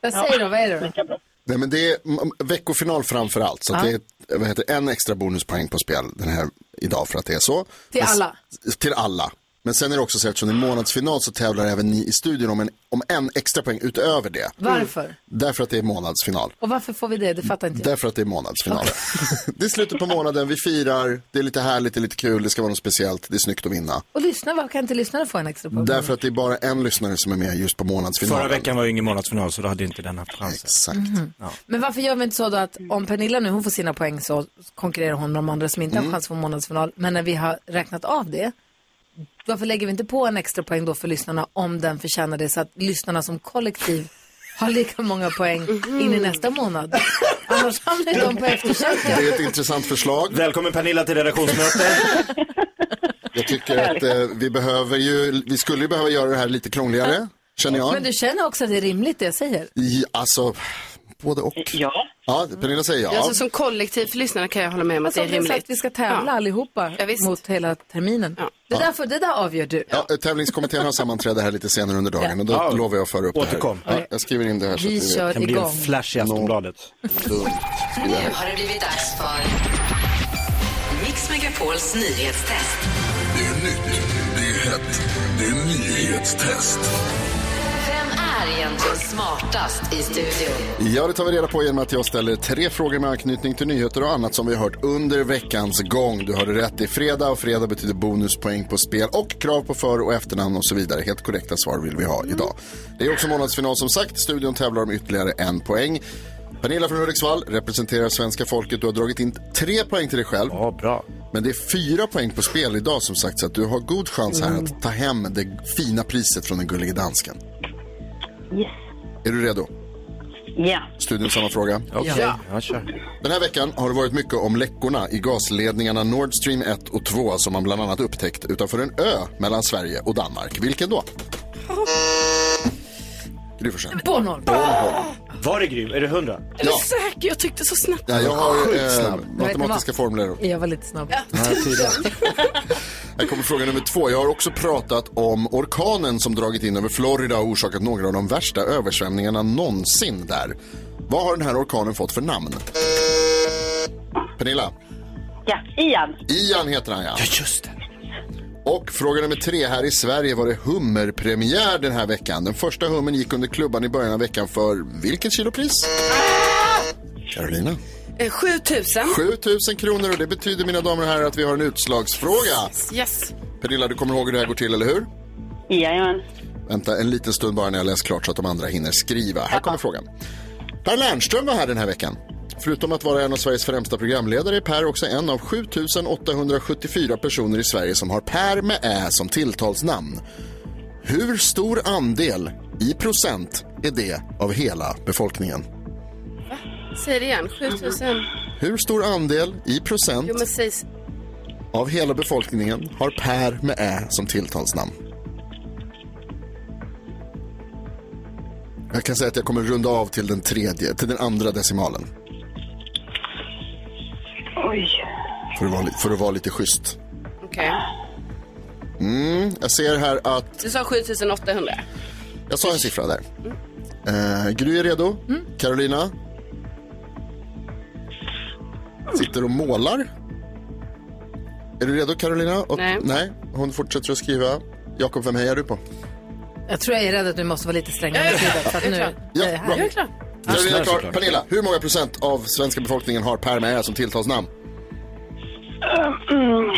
A: Vad säger du? Vad är det då?
C: Nej, men det är mm, veckofinal framför allt. Så att
A: Ja.
C: det är vad heter, det, en extra bonuspoäng på spel den här idag för att det är så.
A: Till
C: Men s-
A: alla.
C: Till alla. Men sen är det också så att eftersom det är månadsfinal så tävlar även ni i studion om en, om en extra poäng utöver det.
A: Mm. Varför?
C: Därför att det är månadsfinal.
A: Och varför får vi det? Det fattar inte jag.
C: Därför att det är månadsfinal. det är slutet på månaden, vi firar, det är lite härligt, det är lite kul, det ska vara något speciellt, det är snyggt att vinna.
A: Och lyssna, varför kan inte lyssnarna få en extra poäng?
C: Därför att det är bara en lyssnare som är med just på månadsfinalen.
H: Förra veckan var ju ingen månadsfinal så då hade inte den haft chansen.
C: Exakt.
A: Mhm.
H: Ja.
A: Men varför gör vi inte så då att om Pernilla nu hon får sina poäng så konkurrerar hon med de andra som
C: Mm.
A: inte har chans på månadsfinal. Men när vi har räknat av det, varför lägger vi inte på en extra poäng då för lyssnarna om den förtjänar det så att lyssnarna som kollektiv har lika många poäng in i nästa månad. Annars hamnar ju de på efterkälken.
C: Det är ett intressant förslag.
H: Välkommen Pernilla till redaktionsmötet.
C: Jag tycker att eh, vi behöver ju, vi skulle ju behöva göra det här lite krångligare, känner jag.
A: Men du känner också att det är rimligt det jag säger?
C: I, alltså, både och.
L: Ja.
C: Ja, Pernilla säger ja.
G: Alltså, som kollektiv för lyssnarna kan jag hålla med om att
A: Alltså,
G: det är
A: om vi har sagt
G: rimligt.
A: att vi ska tävla
G: Ja.
A: allihopa mot hela terminen. Det, där får, det där avgör du.
C: Ja, eh, tävlingskommittén har sammanträde här lite senare under dagen och då
H: Ja.
C: lovar jag att föra upp
H: Återkom.
C: det här. Ja, jag skriver in det här så
A: Vi
C: att
A: kör Kan bli en igång.
H: flash i Aftonbladet.
F: Nu har det blivit dags för Mix Megapols nyhetstest.
Q: Det är nytt, det är hett, det är nyhetstest.
F: Vem är egentligen smartast i studion?
C: Ja, det tar vi reda på genom att jag ställer tre frågor med anknytning till nyheter och annat som vi har hört under veckans gång. Du hörde rätt, det är fredag och fredag betyder bonuspoäng på spel och krav på för och efternamn och så vidare. Helt korrekta svar vill vi
H: Mm.
C: ha idag. Det är också månadsfinal som sagt. Studion tävlar om ytterligare en poäng. Pernilla från Hudiksvall representerar svenska folket. Du har dragit in tre poäng till dig själv.
H: Ja, bra.
C: Men det är fyra poäng på spel idag som sagt, så att du har god chans här
L: Mm.
C: att ta hem det fina priset från den gullige dansken.
L: Yes.
C: Är du redo?
L: Ja.
C: Studion samma fråga.
L: Okej. Ja.
H: Ja, kör.
C: Den här veckan har det varit mycket om läckorna i gasledningarna Nord Stream 1 och 2 som man bland annat upptäckt utanför en ö mellan Sverige och Danmark. Vilken då? Gry Forssell.
A: Bornholm.
H: Var det Gry? Är det 100?
G: Är du säker? Jag tryckte så snabbt.
C: Ja, jag har eh,
H: Skitsnabb.
C: matematiska formler.
A: Jag var lite snabb.
C: Här kommer fråga nummer två. Jag har också pratat om orkanen som dragit in över Florida och orsakat några av de värsta översvämningarna någonsin där. Vad har den här orkanen fått för namn? Pernilla?
R: Ja, Ian.
C: Ian heter han, ja. Ja, just det. Och fråga nummer tre. Här i Sverige var det hummerpremiär den här veckan. Den första hummen gick under klubban i början av veckan för vilket kilopris? Carolina?
A: Eh,
P: 7000.
C: 7000 kronor och det betyder mina damer och herrar att vi har en utslagsfråga.
P: Yes.
C: Pernilla, du kommer ihåg hur det här går till, eller hur?
R: Jajamän.
C: Vänta en liten stund bara när jag läst klart så att de andra hinner skriva. Här kommer frågan. Per Lernström var här den här veckan. Förutom att vara en av Sveriges främsta programledare är Per också en av 7 874 personer i Sverige som har Per med Ä som tilltalsnamn. Hur stor andel i procent är det av hela befolkningen?
P: Säg det igen. 7000.
C: Hur stor andel i procent
P: Jo, men säg...
C: av hela befolkningen har Per med Ä som tilltalsnamn? Jag kan säga att jag kommer runda av till den tredje, till den andra decimalen.
R: Oj.
C: För att vara, li- för att vara lite schysst.
P: Okej.
C: Mm, jag ser här att
P: Du sa Alltså, 7800.
C: jag sa en siffra där. Eh, Gry är redo. Carolina? Sitter och målar. Är du redo Carolina? Och,
A: Nej.
C: nej. Hon fortsätter att skriva. Jakob, vem hejar du på?
A: Jag tror jag är rädd att du måste vara lite strängare med tiden. För att nu...
C: Ja,
A: det här-
C: bra. Carolina är
A: Snäll
C: klar.
A: såklart.
C: Pernilla, hur många procent av svenska befolkningen har Per med Ä som tilltalsnamn?
R: Mm,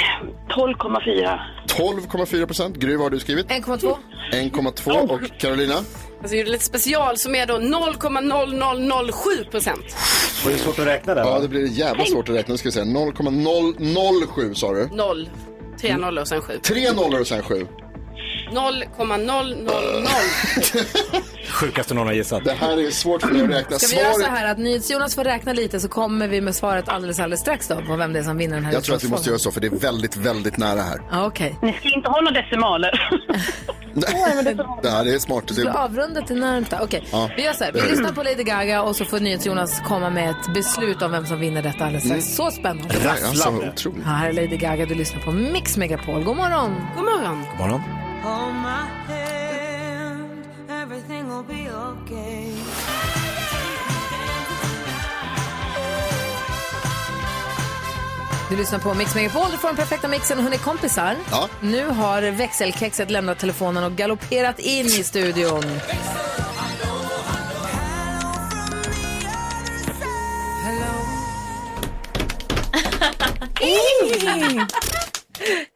R: 12,4.
C: 12,4 procent. Gry, vad har du skrivit?
A: 1,2. Oh.
C: 1,2 och Carolina?
P: Alltså gjorde lite special som är då 0,0007 procent.
C: Var det svårt att räkna där? Ja, det blir jävla svårt att räkna. Nu ska vi se. 0,007 sa du.
P: 0. Tre nollor och sen sju.
C: Tre nollor och sen sju.
P: 0,000.
H: Sjukaste någon har gissat.
C: Det här är svårt för mig att räkna.
A: Ska vi göra så här att NyhetsJonas får räkna lite så kommer vi med svaret alldeles, alldeles strax då på vem det är som vinner den här
C: Jag tror att vi måste
A: utslagsfrågan.
C: göra så, för det är väldigt, väldigt nära här.
A: Ja, okej.
R: Ni ska inte ha några decimaler.
C: Det här är smart.
A: Du
C: Det...
A: avrunda till närmsta. Okej,
C: Ja. Mm.
A: vi gör så här. Vi lyssnar på Lady Gaga och så får NyhetsJonas komma med ett beslut om vem som vinner detta alldeles strax.
C: Mm.
A: Så spännande.
C: Det där är alltså otroligt.
A: Ja, här är Lady Gaga, du lyssnar på Mix Megapol. God morgon.
P: God morgon.
H: Morgon.
F: Hold my hand, everything will be okay.
A: Du lyssnar på Mix Megapol, du får den perfekta mixen. Hon är kompisar.
F: Ja.
A: Nu har växelkexet lämnat telefonen och galopperat in i studion.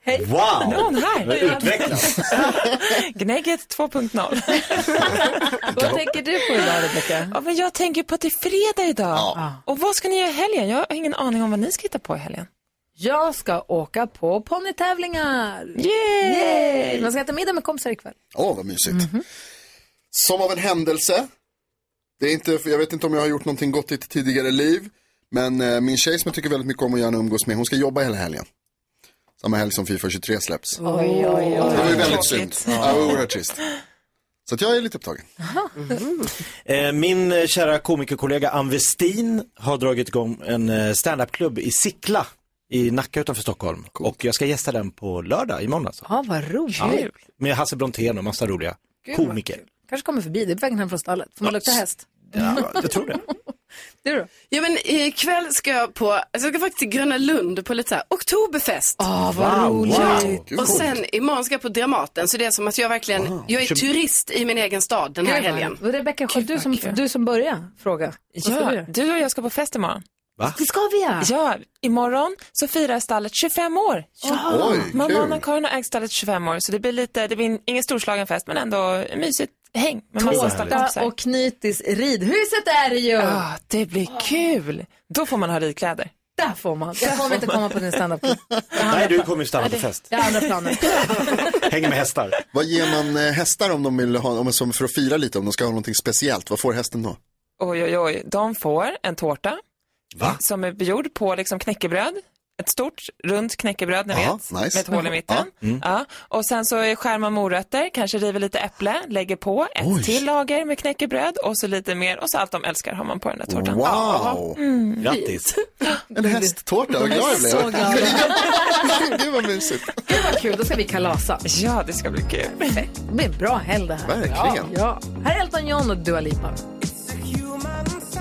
F: Hej!
H: Wow!
F: Nu är hon här.
H: Vad utvecklat.
S: Gnägget 2.0.
A: Vad tänker du på idag, Rebecka?
S: Ja, men jag tänker på att det är fredag idag. Och vad ska ni göra i helgen? Jag har ingen aning om vad ni ska hitta på i helgen.
A: Jag ska åka på ponnytävlingar.
S: Yay!
A: Man ska äta middag med kompisar ikväll.
C: Åh, vad mysigt. Som av en händelse. Det är inte, jag vet inte om jag har gjort någonting gott i ett tidigare liv. Men eh, min tjej som jag tycker väldigt mycket om och gärna umgås med, hon ska jobba hela helgen. Samma helg som Fifa 23 släpps.
A: Oj, oj,
C: Det var ju väldigt synd.
H: Tråkigt.
C: Ja, det var oerhört trist. Så att jag är lite upptagen.
A: Mm-hmm.
H: Eh, Min eh, kära komikerkollega Ann Westin har dragit igång en eh, standupklubb i Sickla i Nacka utanför Stockholm. Och jag ska gästa den på lördag, imorgon alltså.
A: Ja, vad roligt.
H: Ja, med Hasse Brontén och massa roliga
A: Gud, vad
H: komiker.
A: Kanske kommer förbi, det är på vägen hem från stallet. Får man lukta häst?
H: Ja, jag tror det.
A: Du då?
P: Ja, men eh, ikväll ska jag på, alltså jag ska faktiskt till Gröna Lund på lite så här oktoberfest.
A: Åh, Ah, vad Wow, roligt. wow. Gud,
P: Och
A: coolt.
P: sen imorgon ska jag på Dramaten, så det är som att jag verkligen, jag är
A: Tjugo-
P: turist i min egen stad den här helgen.
A: Rebecka, du som, du som börjar fråga. Vad ska du
S: Ja,
A: göra?
S: du och jag ska på fest imorgon.
H: Va?
A: Det ska vi göra.
S: Ja, imorgon så firar stallet 25 år.
A: Ja. Oj,
S: Mamma
A: kul.
S: Anna-Karin har ägt stallet 25 år, så det blir lite, det blir in- ingen storslagen fest, men ändå mysigt häng med massa
A: Tårta
S: stallkompisar.
A: och Knytis i ridhuset är det ju.
S: Ja, Ah, det blir kul. Då får man ha ridkläder.
A: Där får man. Jag kommer inte komma på din standup.
H: Nej, du kommer ju stanna på fest.
A: Det är andra planen.
H: Hänger med hästar.
C: Vad ger man eh, hästar om de vill ha, om, som för att fira lite, om de ska ha någonting speciellt? Vad får hästen då?
S: Oj, oj, oj. De får en tårta som är gjord på liksom knäckebröd. Ett stort, runt knäckebröd, ni
C: Ja,
S: vet,
C: nice.
S: med ett hål i mitten.
C: Ja, mm.
S: Ja. Och sen så skär man morötter, kanske river lite äpple, lägger på ett till lager med knäckebröd och så lite mer och så allt de älskar har man på den där tårtan.
C: Wow!
S: Ja.
H: Grattis!
C: En hästtårta, vad glad jag blev.
S: Så
C: glad. Gud vad mysigt.
A: Gud vad kul, då ska vi kalasa.
S: Ja, det ska bli kul.
A: Perfekt. Det blir en bra helg det här.
F: Verkligen.
A: Ja, ja. Här är Elton John och Dua Lipa.
F: Human sound.